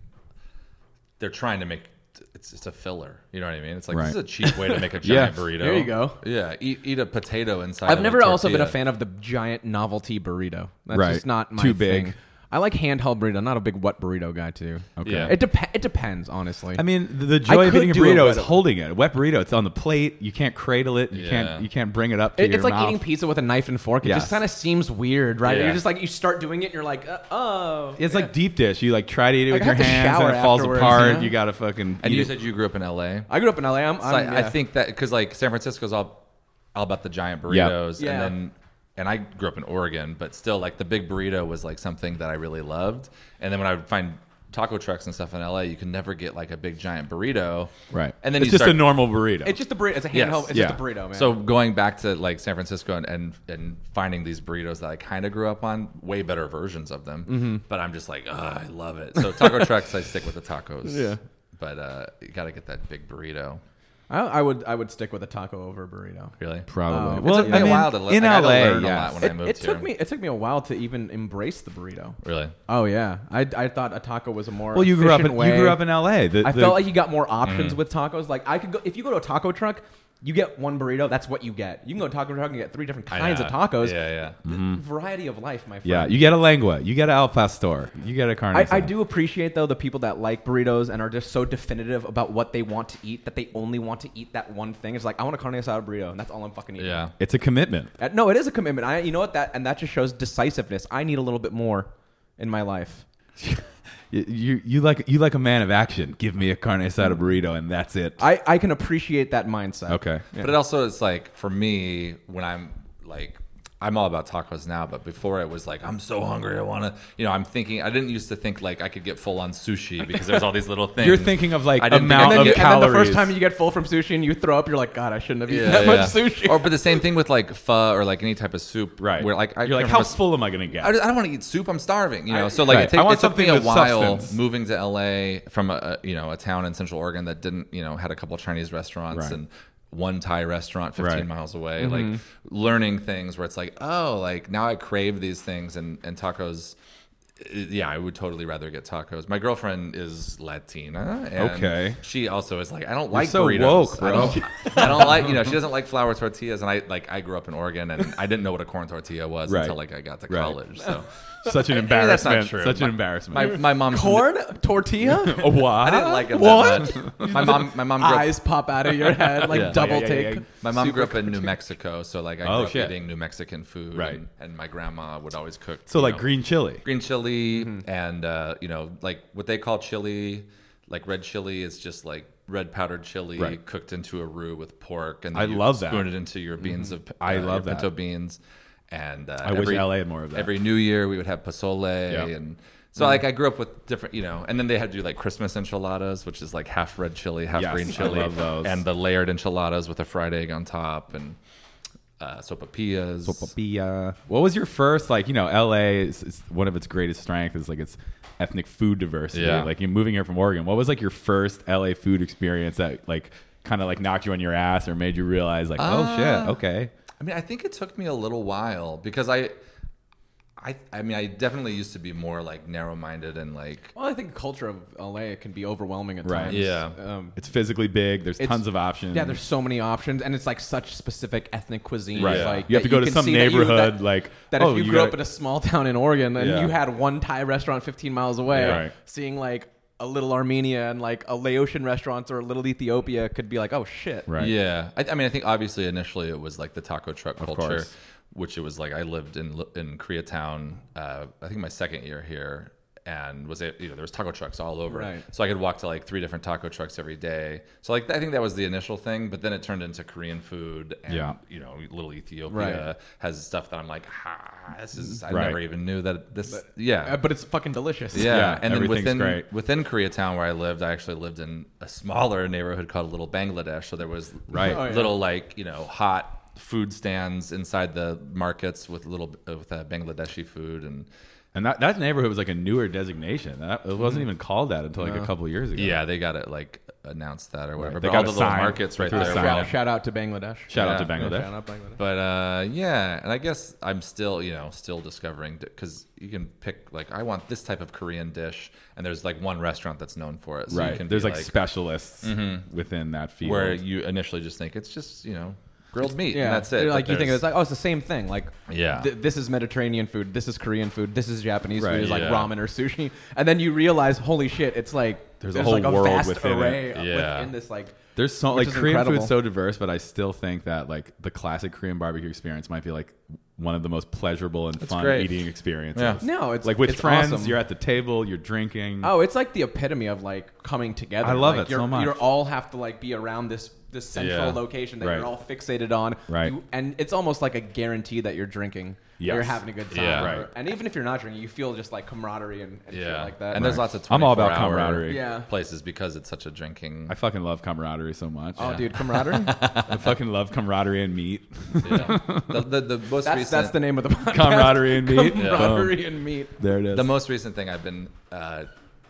they're trying to make it's it's a filler. You know what I mean? It's like this is Right. a cheap way to (laughs) make a giant burrito. There you go. Yeah, eat eat a potato inside. I've of never also been a tortilla. fan of the giant novelty burrito. That's Right. just not my Too big. thing. I like handheld burrito. I'm not a big what burrito guy too. Okay. Yeah. It dep- It depends, honestly. I mean, the- the joy of could eating a do a burrito is wet- holding it. A wet burrito, it's on the plate. You can't cradle it. You Yeah. can't. You can't bring it up. To It- your it's like mouth. eating pizza with a knife and fork. It Yes. just kind of seems weird, right? Yeah. You're just like you start doing it, and you're like, uh, oh. It's like deep dish. You like try to eat it Like, with I your have to hands, shower and it falls afterwards, apart. you know? You gotta fucking. And eat you it. said you grew up in L.A. I grew up in LA. I'm, So I, I'm, I Um, yeah. think that because like San Francisco's all all about the giant Yeah. burritos, Yeah. and then and I grew up in Oregon, but still like the big burrito was like something that I really loved. And then when I would find taco trucks and stuff in L.A., you could never get like a big giant burrito. right, And then it's you just start, a normal burrito. It's just a burrito. It's a handheld. Yes. It's Yeah. just a burrito, man. So going back to like San Francisco and and, and finding these burritos that I kind of grew up on, way better versions of them. Mm-hmm. But I'm just like, Ugh, I love it. (laughs) So taco trucks, I stick with the tacos. Yeah. But uh, you got to get that big burrito. I, I would I would stick with a taco over a burrito. Really? probably. oh, Um, well, it's a- I a mean, while to le- in I had to LA, learn a yes. lot when I It, moved it took here. me it took me a while to even embrace the burrito. Really? Oh yeah, I, I thought a taco was a more well, you grew up. In, efficient way. you grew up in LA. The, I the- felt like you got more Mm. options with tacos. Like I could go if you go to a taco truck, you get one burrito. That's what you get. You can go to a taco truck and get three different I kinds of know. tacos. Mm-hmm. Yeah, Mm-hmm. yeah. Variety of life, my friend. yeah, you get a lengua, you get a al pastor, you get a carne. I, I asada. do appreciate though the people that like burritos and are just so definitive about what they want to eat that they only want to eat that one thing. It's like I want a carne asada burrito, and that's all I'm fucking eating. Yeah. It's a commitment. (laughs) Uh, no, it is a commitment. I, you know what? That and that just shows decisiveness. I need a little bit more in my life. You, you you like you like a man of action. Give me a carne asada burrito, and that's it. I, I can appreciate that mindset. okay. Yeah. But it also is like for me when I'm like I'm all about tacos now, but before it was like I'm so hungry, I want to. You know, I'm thinking I didn't used to think like I could get full on (laughs) sushi because there's all these little things. You're thinking of, like, I didn't think amount I And could Of then, you, get- and then the first calories. time you get full from sushi and you throw up, you're like, God, I shouldn't have eaten (laughs) yeah, that yeah. much sushi. Or but the same thing with like pho or like any type of soup, Right. Where like I You're like, can't how remember- full am I gonna get? I, just- I don't want to eat soup. I'm starving. You know, so like Right. it, take, I want it took me something a with while substance. moving to LA from a, a you know a town in Central Oregon that didn't you know had a couple Chinese restaurants Right. and one Thai restaurant 15 Right. Mm-hmm. miles away. Like learning things where it's like oh like now I crave these things and and tacos yeah, I would totally rather get tacos. My girlfriend is Latina. And Okay. She also is like, I don't like so burritos. woke, I bro. don't, I don't like, you know, she doesn't like flour tortillas. And I like, I grew up in Oregon and I didn't know what a corn tortilla was Right. until like I got to Right. college. So Such an Maybe that's not embarrassment. true. Such an My- (laughs) my, embarrassment. my (laughs) mom's Corn (laughs) tortilla. Oh, what? I didn't like it What? that much. My mom, my mom grew (laughs) up, Eyes pop out of your head like Yeah. double Yeah, yeah, take. yeah, yeah. my mom grew up in New Mexico. So like I grew Oh, up shit. eating New Mexican food. Right. And, and my grandma would always cook. So you like know, green chili. green chili Mm-hmm. and uh, you know like what they call chili like red chili is just like red powdered chili Right. cooked into a roux with pork and I you love that. Mm-hmm. spoon it into your beans of I uh, love your that. pinto beans and uh, I wish LA had more of that. every new year we would have pozole Yeah. and so like I grew up with different, you know, and then they had to do like Christmas enchiladas, which is like half red chili, half Yes, green I chili, love those. and the layered enchiladas with a fried egg on top, and uh, sopapillas. uh, What was your first like? You know, LA is, is one of its greatest strengths is like its ethnic food diversity. Yeah. Like you moving here from Oregon, what was like your first LA food experience that like kind of like knocked you on your ass or made you realize like, Uh, oh shit, okay, I mean, I think it took me a little while because I, I, I mean, I definitely used to be more like narrow-minded and like Well, I think the culture of LA can be overwhelming at Right. times. Yeah. Um, it's physically big. There's It's- tons of options. yeah, there's so many options, and it's like such specific ethnic cuisine. right. Yeah. Like you have that to go to can some see that you- neighborhood that- like that oh, if you, grew up in a small (laughs) town in Oregon and Yeah. you had one Thai restaurant 15 miles away, Yeah. Right. seeing like a little Armenia and like a Laotian restaurant or a little Ethiopia could be like, oh shit. right. yeah. I, I mean, I think obviously initially it was like the taco truck culture, course. which it was like I lived in in Koreatown. Uh, I think my second year here. And was it you know there was taco trucks all over, Right. so I could walk to like three different taco trucks every day. So like I think that was the initial thing, but then it turned into Korean food and Yeah. you know little Ethiopia Right. has stuff that I'm like, ah, this is I Right. never even knew that this yeah. Uh, but it's fucking delicious. Yeah, Yeah, and then everything's within great. within Koreatown where I lived, I actually lived in a smaller neighborhood called Little Bangladesh. So there was Right. Oh, yeah. little like you know hot food stands inside the markets with little uh, with uh, Bangladeshi food and And that, that neighborhood was like a newer designation. That, it wasn't even called that until like a couple years ago. Mm-hmm. yeah, they got it like announced that or whatever. They But got all a the little sign. markets right They threw a there. sign were up. all- Shout out to Bangladesh. Shout out Yeah. to Yeah, Bangladesh. Shout out Bangladesh. But uh, yeah, and I guess I'm still, you know, still discovering because you can pick like I want this type of Korean dish, and there's like one restaurant that's known for it. So You right. can There's be like, specialists Mm-hmm. within that field. where you initially just think it's just you know grilled meat Yeah, and that's it. You're But Like you think there's- it's like oh, it's the same thing. Like Yeah. th- this is Mediterranean food. This is Korean food. This is Japanese Right, food. It's like yeah. ramen or sushi, and then you realize, holy shit, it's like There's there's, a like whole a world vast within it. array of- Yeah. within this like. There's so Which like is Korean incredible. food's so diverse, but I still think that like the classic Korean barbecue experience might be like one of the most pleasurable and fun great. eating experiences. Yeah. No, it's- like with it's friends, awesome. you're at the table, you're drinking. Oh, it's like the epitome of like coming together. I love Like, it you're, so much. You all have to like be around this this central Yeah. location that Right. you're all fixated on. Right. You- and it's almost like a guarantee that you're drinking. Yes. You're having a good time. Yeah. Right. And even if you're not drinking, you feel just like camaraderie and, and shit yeah like that. and there's lots of I'm all about 24 hour camaraderie. Yeah. places because it's such a drinking. I fucking love camaraderie so much. oh, dude, (laughs) camaraderie. I fucking love camaraderie and (laughs) meat. yeah. (laughs) the, the, the most That's, recent that's the name of the podcast. Camaraderie and meat. (laughs) Camaraderie and meat. There it is. the most recent thing I've been uh,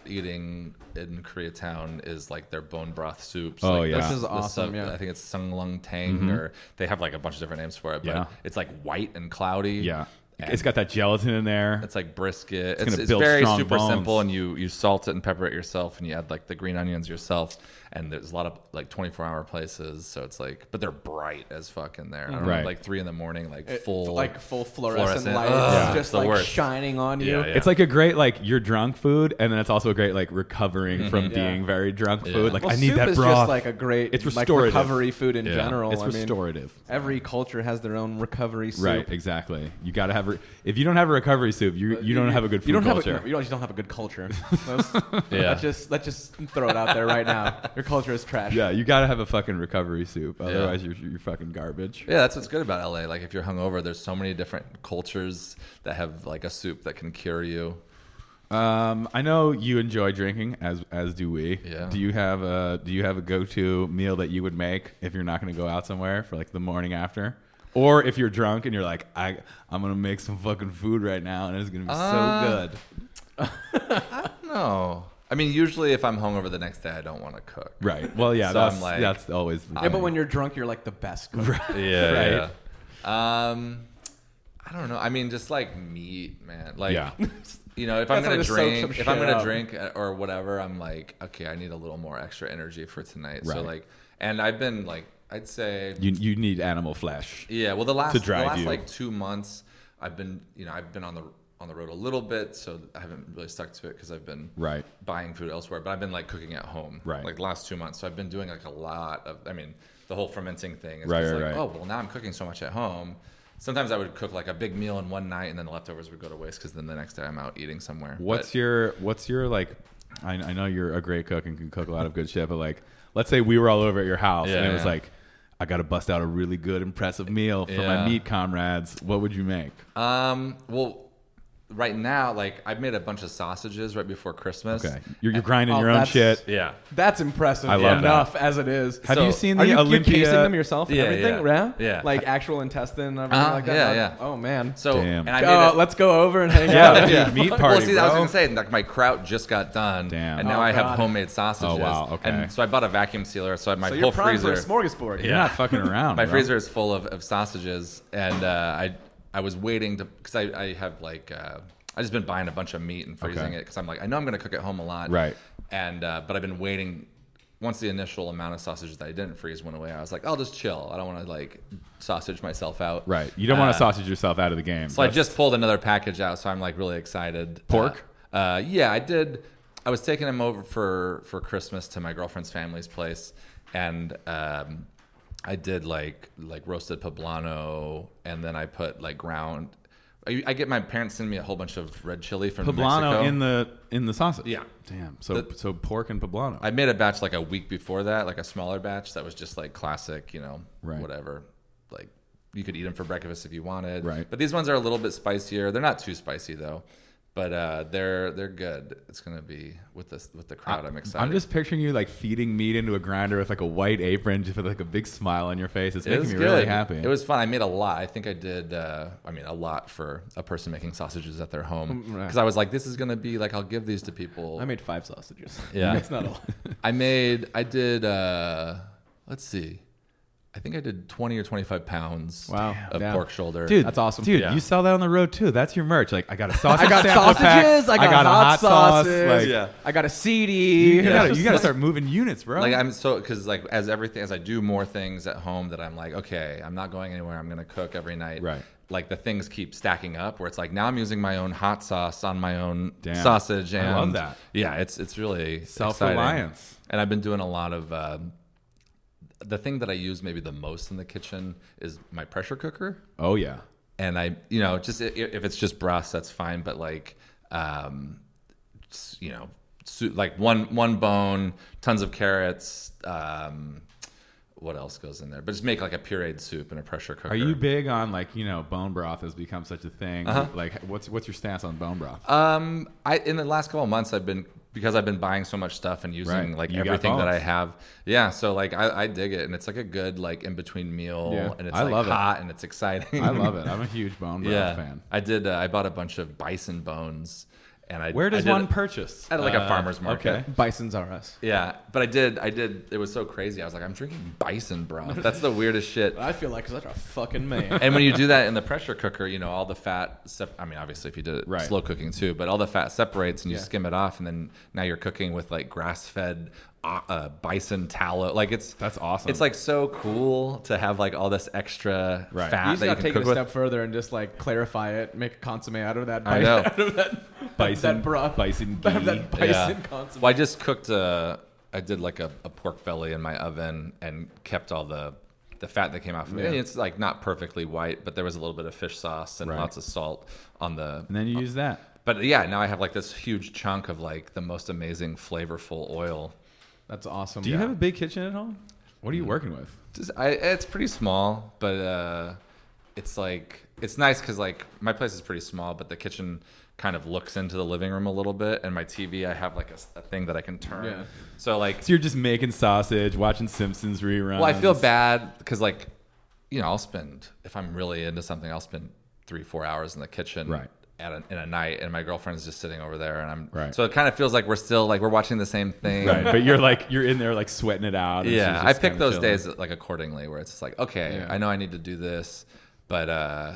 eating in Koreatown is like their bone broth soups. Oh, like yeah. the- This is the awesome, sub- yeah. Mm-hmm. I think it's Sung Lung Tang, or they have like a bunch of different names for it. But Yeah. it's like white and cloudy. yeah, and it's got that gelatin in there. It's like brisket. It's, gonna it's build very strong super bones. simple, and you you salt it and pepper it yourself, and you add like the green onions yourself. And there's a lot of like 24 hour places, so it's like, but they're bright as fuck in there. I don't know, Right. like three in the morning, like It- full, like full fluorescent, fluorescent. lights, Ugh, it's just the like worst. shining on you. Yeah, yeah. It's like a great like you're drunk food, and then it's also a great like recovering from Mm-hmm. Yeah. being very drunk Yeah. food. Like Well, I need soup that is broth. just like a great It's like restorative. recovery food in Yeah. general. it's I mean, restorative. every culture has their own recovery soup. Right, exactly. You gotta have. Re- if you don't have a recovery soup, you you don't have a good food you don't culture. (laughs) Have a, you don't- you don't have a good culture. (laughs) Let's, Yeah. let's just let's just throw it out there right now. Your culture is trash. yeah, you gotta have a fucking recovery soup. Otherwise, you're you're fucking garbage. Yeah, that's what's good about LA. Like if you're hungover, there's so many different cultures that have like a soup that can cure you. Um, I know you enjoy drinking, as as do we. Yeah. Do you have a Do you have a go to meal that you would make if you're not gonna go out somewhere for like the morning after? Or if you're drunk and you're like, I, I'm gonna make some fucking food right now and it's gonna be Uh, so good. No. I mean, usually if I'm hungover the next day, I don't want to cook. Right. Well, yeah. So that's I'm like- that's always. The Yeah, but when you're drunk, you're like the best. Cook. Yeah. Right. yeah. Um, I don't know. I mean, just like meat, man. Like, Yeah. (laughs) you know, if That's I'm how gonna to soak some drink, if I'm shit gonna up. drink uh, or whatever, I'm like, okay, I need a little more extra energy for tonight. So Right. like, and I've been like, I'd say, You you need animal flesh. yeah. Well, the last To the drive last you. like two months, I've been, you know, I've been on the on the road a little bit, so I haven't really stuck to it because I've been Right. buying food elsewhere, but I've been like cooking at home, Right. Like last two months, so I've been doing like a lot of. I mean, the whole fermenting thing is Right, just right, like, right. oh well, now I'm cooking so much at home. Sometimes I would cook like a big meal in one night, and then the leftovers would go to waste because then the next day I'm out eating somewhere. What's your what's your like? I, I know you're a great cook and can cook a lot of good shit, but like, let's say we were all over at your house and Yeah. it was like, I got to bust out a really good, impressive meal for Yeah. my meat comrades. What would you make? your? Um. Well, right now, like I've made a bunch of sausages right before Christmas. Okay, you're, you're grinding Oh, your own that's- shit. Yeah. That's impressive I love enough as it is. Have So, you seen Are the you, you're Olympia? casing them yourself? and Yeah, everything, yeah. yeah, Yeah. Like actual intestine and everything Uh-huh, like that. yeah, yeah. Oh man. So Damn. Oh, and I made Uh, it- let's go over and hang Yeah, out. (laughs) dude, meat party, (laughs) Well, see, I was bro. gonna say like my kraut just got done, Damn. and now Oh, I have God. homemade sausages. Oh, wow, okay. And so I bought a vacuum sealer, so I my So whole you're primed freezer. for a smorgasbord. You're not (laughs) fucking around. my bro. freezer is full of, of sausages, and uh, I I was waiting to because I, I have like uh, I just been buying a bunch of meat and freezing Okay. it because I'm like I know I'm gonna cook at home a lot, Right. And uh, but I've been waiting. Once the initial amount of sausages that I didn't freeze went away, I was like, I'll just chill. I don't want to like sausage myself out. Right. You don't want Uh, to sausage yourself out of the game. so I just pulled another package out, so I'm like really excited. Pork? Uh, uh, yeah, I did. I was taking him over for for Christmas to my girlfriend's family's place, and um, I did like like roasted poblano, and then I put like ground. I, I get my parents send me a whole bunch of red chili from poblano Mexico. in the in the sausage. Yeah. Damn. So so pork and poblano. I made a batch like a week before that, like a smaller batch that was just like classic, you know, Right. whatever. Like you could eat them for breakfast if you wanted. Right. But these ones are a little bit spicier. They're not too spicy though, but uh, they're they're good. It's gonna be with this with the crowd. I, am excited. I'm just picturing you like feeding meat into a grinder with like a white apron, just with like a big smile on your face. It's It making was me good. really happy. It was fun. I made a lot. I think I did. Uh, I mean, a lot for a person making sausages at their home because I was like, this is gonna be like I'll give these to people. I made five sausages. Yeah. (laughs) it's not a lot. I made I did uh let's see. I think I did 20 or 25 pounds Wow. of Yeah. pork shoulder. Dude, That's awesome. Dude, Yeah. you sell that on the road too. That's your merch. Like, I (laughs) got a sausage. I got sample pack. sausages. I got, a hot, sauce. sauces. Like, Yeah. I got a CD. you, gotta, (laughs) you gotta start moving units, bro. like I'm so cuz like as everything as I do more things at home that I'm like, okay, I'm not going anywhere. I'm going to cook every night. Right. Like the things keep stacking up where it's like now I'm using my own hot sauce on my own Damn. sausage and I love that. Yeah, it's it's really exciting. Self-reliance. And I've been doing a lot of uh, the thing that I use maybe the most in the kitchen is my pressure cooker. oh yeah. and I, you know, just i- if it's just breasts, that's fine. But like, um, s- you know, su- like one one bone, tons of carrots. Um, what else goes in there? But just make like a pureed soup in a pressure cooker. Are you big on like you know bone broth has become such a thing? Like, what's what's your stance on bone broth? Um, Uh-huh. I in the last couple of months, I've been because I've been buying so much stuff and using Right. like You got everything that bones. I have. Yeah, so like I, I dig it, and it's like a good like in between meal, Yeah. and it's I like love it. hot and it's exciting. (laughs) I love it. I'm a huge bone broth yeah, fan. I did. Uh, I bought a bunch of bison bones, and I Where I does did one it- purchase? at, like, a Uh, farmer's market. Okay. Bison's are us. Yeah, but I did. I did. It was so crazy. I was like, I'm drinking bison (laughs) broth. That's the weirdest shit. I feel like such a fucking man. And when you do (laughs) that in the pressure cooker, you know all the fat. Sep- I mean, obviously, if you did it Right. slow cooking too, but all the fat separates and you skim it off, and then now you're cooking with like grass fed uh, uh, bison tallow. Like it's That's awesome. It's like so cool to have like all this extra Right. fat you just that you gotta can take it cook a with. step further and just like clarify it, make a consomme out of that. I bi- know. Out of that Bison That broth. (laughs) Bison (laughs) Out of ghee. that bison consomme. Well, I just cooked a. I did like a, a pork belly in my oven and kept all the the fat that came off of it. And It's like not perfectly white, but there was a little bit of fish sauce and Right. lots of salt on the. and then you use that. But yeah, now I have like this huge chunk of like the most amazing flavorful oil. That's awesome. Do you have a big kitchen at home? What are Mm. you working with? Just, I, it's pretty small, but uh, it's like it's nice because like my place is pretty small, but the kitchen kind of looks into the living room a little bit, and my TV I have like a, s- a thing that I can turn. Yeah. So like So you're just making sausage, watching Simpsons reruns. Well, I feel bad because, like, you know, I'll spend if I'm really into something, I'll spend three, four hours in the kitchen, Right. At a, in a night, and my girlfriend's just sitting over there, and I'm Right. So it kind of feels like we're still like we're watching the same (laughs) thing, Right, but you're like you're in there like sweating it out. and Yeah, she's I just pick kinda those chilling. days like accordingly, where it's just like, okay, I know I need to do this, but uh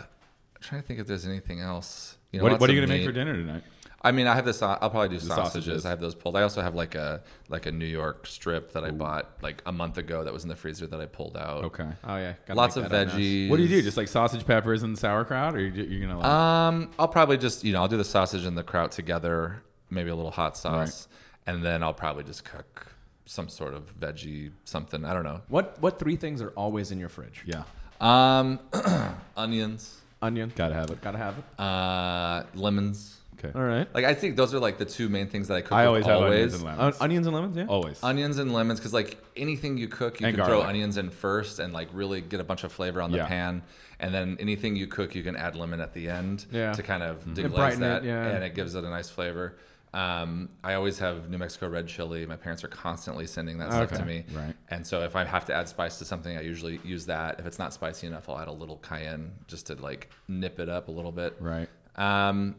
trying to think if there's anything else. You know, What, lots what are of you gonna make meat. for dinner tonight? I mean, I have this. uh, I'll probably do sausages. sausages. I have those pulled. I also have like a like a New York strip that I bought like a month ago that was in the freezer that I pulled out. Okay. Oh yeah, gotta Lots make of that a mess. veggies. What do you do? Just like sausage peppers and sauerkraut, or you ju- you're gonna like Um, I'll probably just you know I'll do the sausage and the kraut together, maybe a little hot sauce, and then I'll probably just cook some sort of veggie something. I don't know. What what three things are always in your fridge? yeah, Um, (clears throat) onions, Onion. gotta have it. Gotta have it. uh, lemons. Okay. All right. Like I think those are like the two main things that I cook. I always with have onions and Uh, lemons. onions and lemons. Yeah. always. Onions and lemons, because like anything you cook, you And can throw garlic. onions in first and like really get a bunch of flavor on the Yeah. pan. And then anything you cook, you can add lemon at the end Yeah. to kind Mm-hmm. of deglaze brighten it, that, yeah. and it gives it a nice flavor. Um, I always have New Mexico red chili. My parents are constantly sending that stuff to Okay, me. right. And so if I have to add spice to something, I usually use that. If it's not spicy enough, I'll add a little cayenne just to like nip it up a little bit. Right. Um,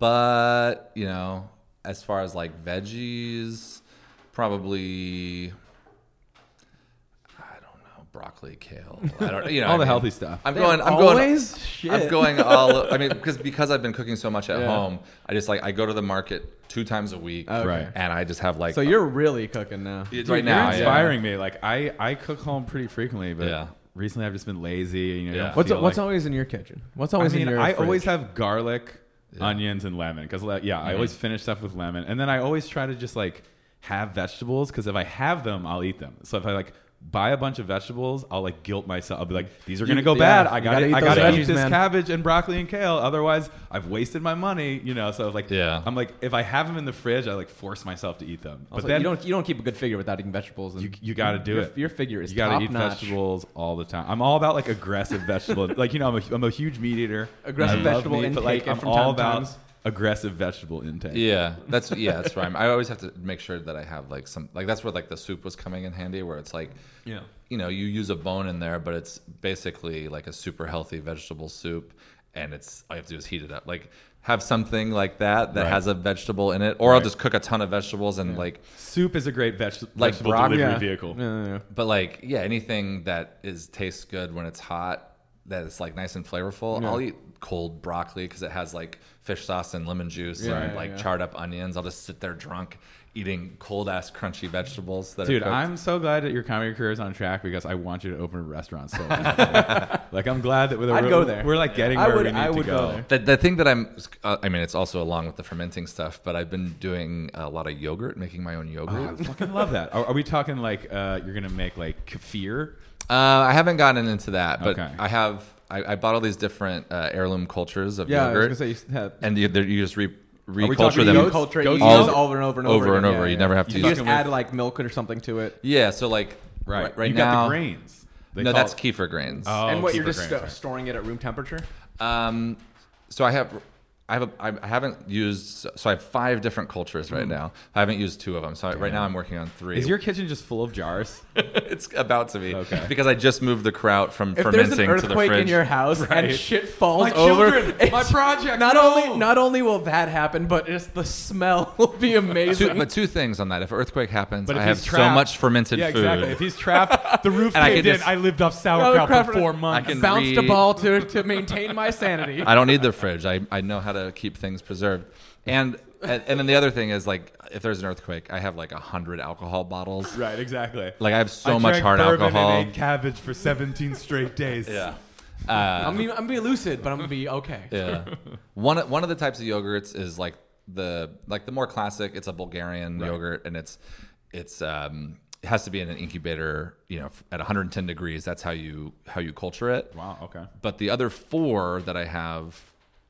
but you know, as far as like veggies, probably I don't know broccoli, kale. I don't you know (laughs) All I the healthy stuff. I'm going. I'm always? going. Shit. I'm going (laughs) all. I mean, because because I've been cooking so much at Yeah. home, I just like I go to the market two times a week, Right. And I just have like So you're really cooking now. right Dude, now you're yeah. inspiring me. Like I, I cook home pretty frequently, but Yeah. recently I've just been lazy. And, you know, Yeah. I don't What's feel what's like- always in your kitchen? What's I always mean, in your? I fridge? always have garlic, onions, and lemon because yeah, I always finish stuff with lemon, and then I always try to just like have vegetables because if I have them, I'll eat them. So if I like buy a bunch of vegetables, I'll like guilt myself. I'll be like, these are gonna go yeah, bad. I you got to gotta eat I those got to eat veggies, this man." cabbage and broccoli and kale. Otherwise, I've wasted my money. You know, so like Yeah. I'm like if I have them in the fridge, I like force myself to eat them. Also, but then you don't you don't keep a good figure without eating vegetables. And you, you got to do your, it. Your figure is you gotta top eat notch. vegetables all the time. I'm all about like aggressive (laughs) vegetable. like you know, I'm a, I'm a huge meat eater. Aggressive I love vegetable meat, but like intake I'm from all time to about time. aggressive vegetable intake. Yeah, that's yeah, that's right. I always have to make sure that I have like some like that's where like the soup was coming in handy, where it's like, Yeah. you know, you use a bone in there, but it's basically like a super healthy vegetable soup, and it's all you have to do is heat it up. Like have something like that that Right. has a vegetable in it, or I'll just cook a ton of vegetables and like, Soup is a great veg- Like vegetable broccoli- delivery Yeah. vehicle. Yeah, yeah, yeah. but like yeah, anything that is tastes good when it's hot, that is like nice and flavorful. I'll eat cold broccoli because it has like fish sauce and lemon juice and yeah, like yeah. charred up onions. I'll just sit there drunk eating cold ass crunchy vegetables. That Dude, are cooked. I'm so glad that your comedy career is on track because I want you to open a restaurant so bad. (laughs) like I'm glad that with a I'd we're, go there. we're like getting I where would- we need I to would go. go there. The, the thing that I'm, uh, I mean, it's also along with the fermenting stuff, but I've been doing a lot of yogurt, making my own yogurt. Uh-huh. I fucking love that. Are, are we talking like uh, you're gonna make like kefir? (laughs) Uh, I haven't gotten into that, but Okay. I have. I, I bought all these different uh, heirloom cultures of Yeah, I was yogurt, gonna say you have. and you, they're- you just re we reculture talking them goats? culture goats you use yogurt? over and over and over Over and again. over, Yeah, you yeah, never yeah. have to You use just them add with- like milk or something to it. Yeah, so like right, right you now, got the grains. They no, call that's it- kefir grains. Oh, and what you're kefir just grains, sto- right. storing it at room temperature. Um, so I have, I have, a, I haven't used. So I have five different cultures Hmm. right now. I haven't used two of them. So I, right now I'm working on three. Is your kitchen just full of jars? (laughs) it's about to be Okay. because I just moved the kraut from If fermenting there's an to the fridge. earthquake in your house and Right. shit falls My over, children, it's- my project, Not no. only not only will that happen, but just the smell (laughs) will be Two, amazing. but two things on that. If earthquake happens, But if I have he's so trapped- much fermented yeah, food. exactly. If he's trapped, (laughs) the roof And I caved can in. just- I lived off Oh, sauerkraut crap. for four I months. can Bounced a read- ball to to maintain (laughs) my sanity. I don't need the fridge. I, I know how to keep things preserved. And, and and then the other thing is like if there's an earthquake, I have like a hundred alcohol bottles. Right, exactly. Like I have so I much drank hard bourbon alcohol. And ate cabbage for 17 straight days. Yeah. Uh, I'm gonna, be- I'm gonna be lucid, but I'm gonna be okay. yeah. (laughs) One one of the types of yogurts is like the like the more classic. It's a Bulgarian yogurt, and it's it's um it has to be in an incubator. You know, f- at 110 degrees. That's how you how you culture it. Wow. Okay. But the other four that I have,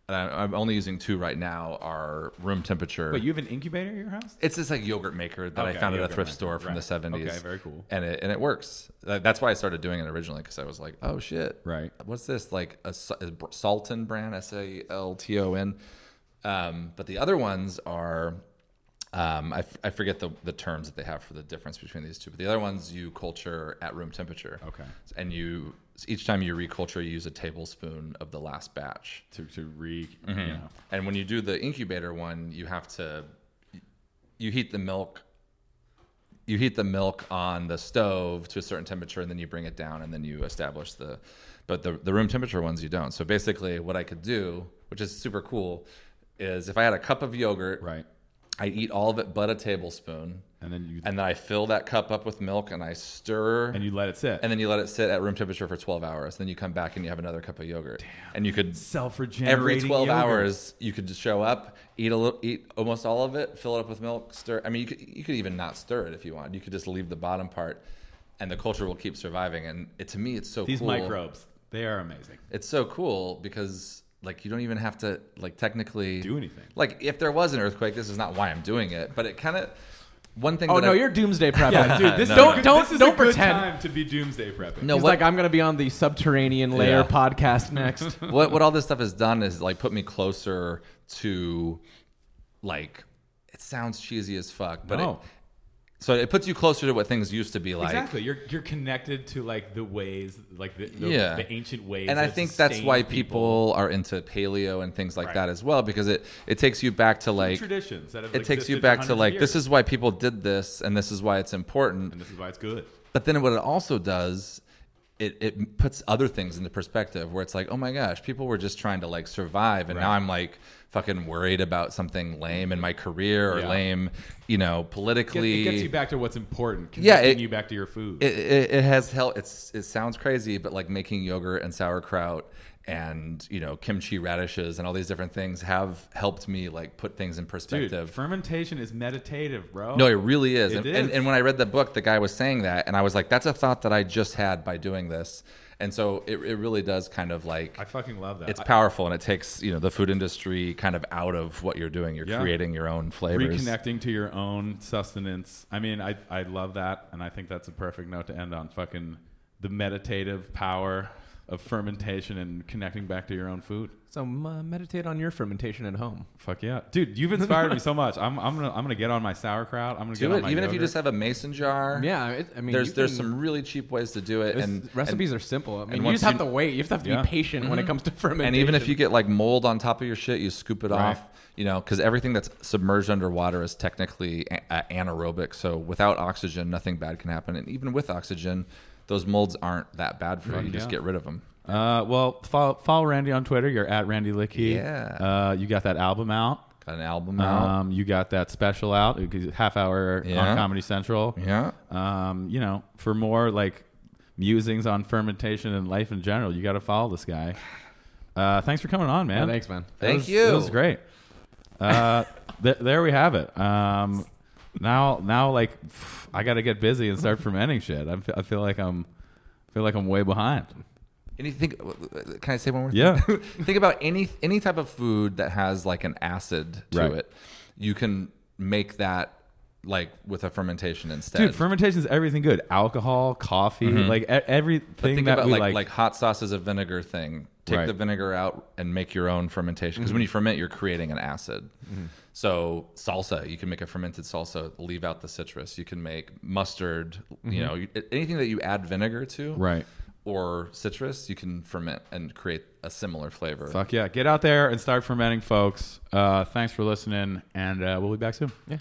and I, I'm only using two right now, are room temperature. Wait, you have an incubator at your house? it's this like yogurt maker that I Okay, found at a yogurt thrift maker, store from right. the 70s. Okay, very cool. And it, and it works. Uh, That's why I started doing it originally because I was like, oh shit. Right. What's this? Like a, sa- a br- Salton brand, S A L T O N. Um, but the other ones are, um, I, f- I forget the, the terms that they have for the difference between these two, but the other ones you culture at room temperature. Okay. And you, each time you reculture, you use a tablespoon of the last batch. To to re. Mm-hmm. You know. And when you do the incubator one, you have to you heat the milk you heat the milk on the stove to a certain temperature and then you bring it down and then you establish the but the, the room temperature ones you don't so basically what i could do which is super cool is if i had a cup of yogurt Right. i eat all of it but a tablespoon And then you and, and then i fill that cup up with milk and i stir you let it sit. and then you let it sit at room temperature for 12 hours then you come back and you have another cup of yogurt and you could self-regenerating every 12 yogurt. hours you could just show up eat a little eat almost all of it fill it up with milk stir i mean you could, you could even not stir it if you want you could just leave the bottom part and the culture will keep surviving and it, to me it's so These cool microbes, they are amazing. it's so cool because like you don't even have to like technically Do (laughs) anything. like if there was an earthquake this is not why i'm doing it but it kind of one thing Oh that no, I, you're doomsday prepping. dude, this is no, a don't good- don't this is don't a good pretend. time to be doomsday prepping. no He's what, like, I'm gonna be on the subterranean layer Yeah. podcast next. what what all this stuff has done is like put me closer to like it sounds cheesy as fuck, but No. it, so it puts you closer to what things used to be like. exactly. You're you're connected to like the ways, like the, the, Yeah. the ancient ways. And I that think that's sustained why people are into paleo and things like Right. that as well because it it takes you back to like traditions that have it takes existed you for back hundreds to of like this years. is why people did this and this is why it's important. and this is why it's good. But then what it also does, it, it puts other things into perspective where it's like, oh my gosh, people were just trying to like survive. And now Right. I'm like fucking worried about something lame in my career or Yeah. lame, you know, It, politically. it gets you back to what's important. Yeah, Connecting it- you back to your food. It, it, it has hell. It's it sounds crazy, but like making yogurt and sauerkraut and you know kimchi radishes and all these different things have helped me like put things in Dude, perspective. fermentation is meditative, bro. No, it really is. It and, is. And, and when I read the book, the guy was saying that, and I was like, that's a thought that I just had by doing this. And so it, it really does kind of like I fucking love that. it's I- powerful, and it takes you know the food industry kind of out of what you're doing. You're Yeah. creating your own flavors. reconnecting to your own sustenance. I mean, I I love that, and I think that's a perfect note to end on. Fucking the meditative power of fermentation and connecting back to your own food. (laughs) so uh, meditate on your fermentation at home. Fuck yeah, dude! You've inspired (laughs) me so much. I'm I'm gonna I'm gonna get on my sauerkraut. I'm gonna Do get on it, my even if you yogurt. just have a mason jar. Yeah, it, I mean, there's you there's can- some really cheap ways to do it, this- and recipes are simple. I mean, you once just have you- Mm-hmm. to wait. You just have to Yeah. be patient when it comes to fermentation. And even if you get like mold on top of your shit, you scoop it Right. off, you know, because everything that's submerged underwater is technically a- a- anaerobic. So without oxygen, nothing bad can happen. And even with oxygen, those molds aren't that bad for you. You just go. get rid of them. uh, well, follow, follow Randy on Twitter. You're at Randy Licky. Yeah. Uh, you got that album out. Got an album out. Um, you got that special out. Half hour Yeah. on Comedy Central. Yeah. um, you know, for more like musings on fermentation and life in general, you got to follow this guy. (sighs) Uh, thanks for coming on, man. Yeah, thanks, man. That Thank was- you. That was great. (laughs) Uh, th- there we have it. Um, now, now, like, pff, I got to get busy and start fermenting shit. I fe- I feel like I'm, feel like I'm way behind. Anything? Can I say one more? thing? Yeah. (laughs) Think about any any type of food that has like an acid to Right. it. You can make that like with a fermentation instead. Dude, fermentation is everything good. Alcohol, coffee, like e- everything Mm-hmm. think that about we like, like hot sauce is a vinegar thing. Take Right. the vinegar out and make your own fermentation because when you ferment, you're creating an acid. Mm-hmm. So salsa, you can make a fermented salsa. Leave out the citrus. You can make mustard. You know, you- anything that you add vinegar to, Mm-hmm. Right. Or citrus, you can ferment and create a similar flavor. Fuck yeah. Get out there and start fermenting, folks. Uh, thanks for listening, and uh, we'll be back soon. Yeah.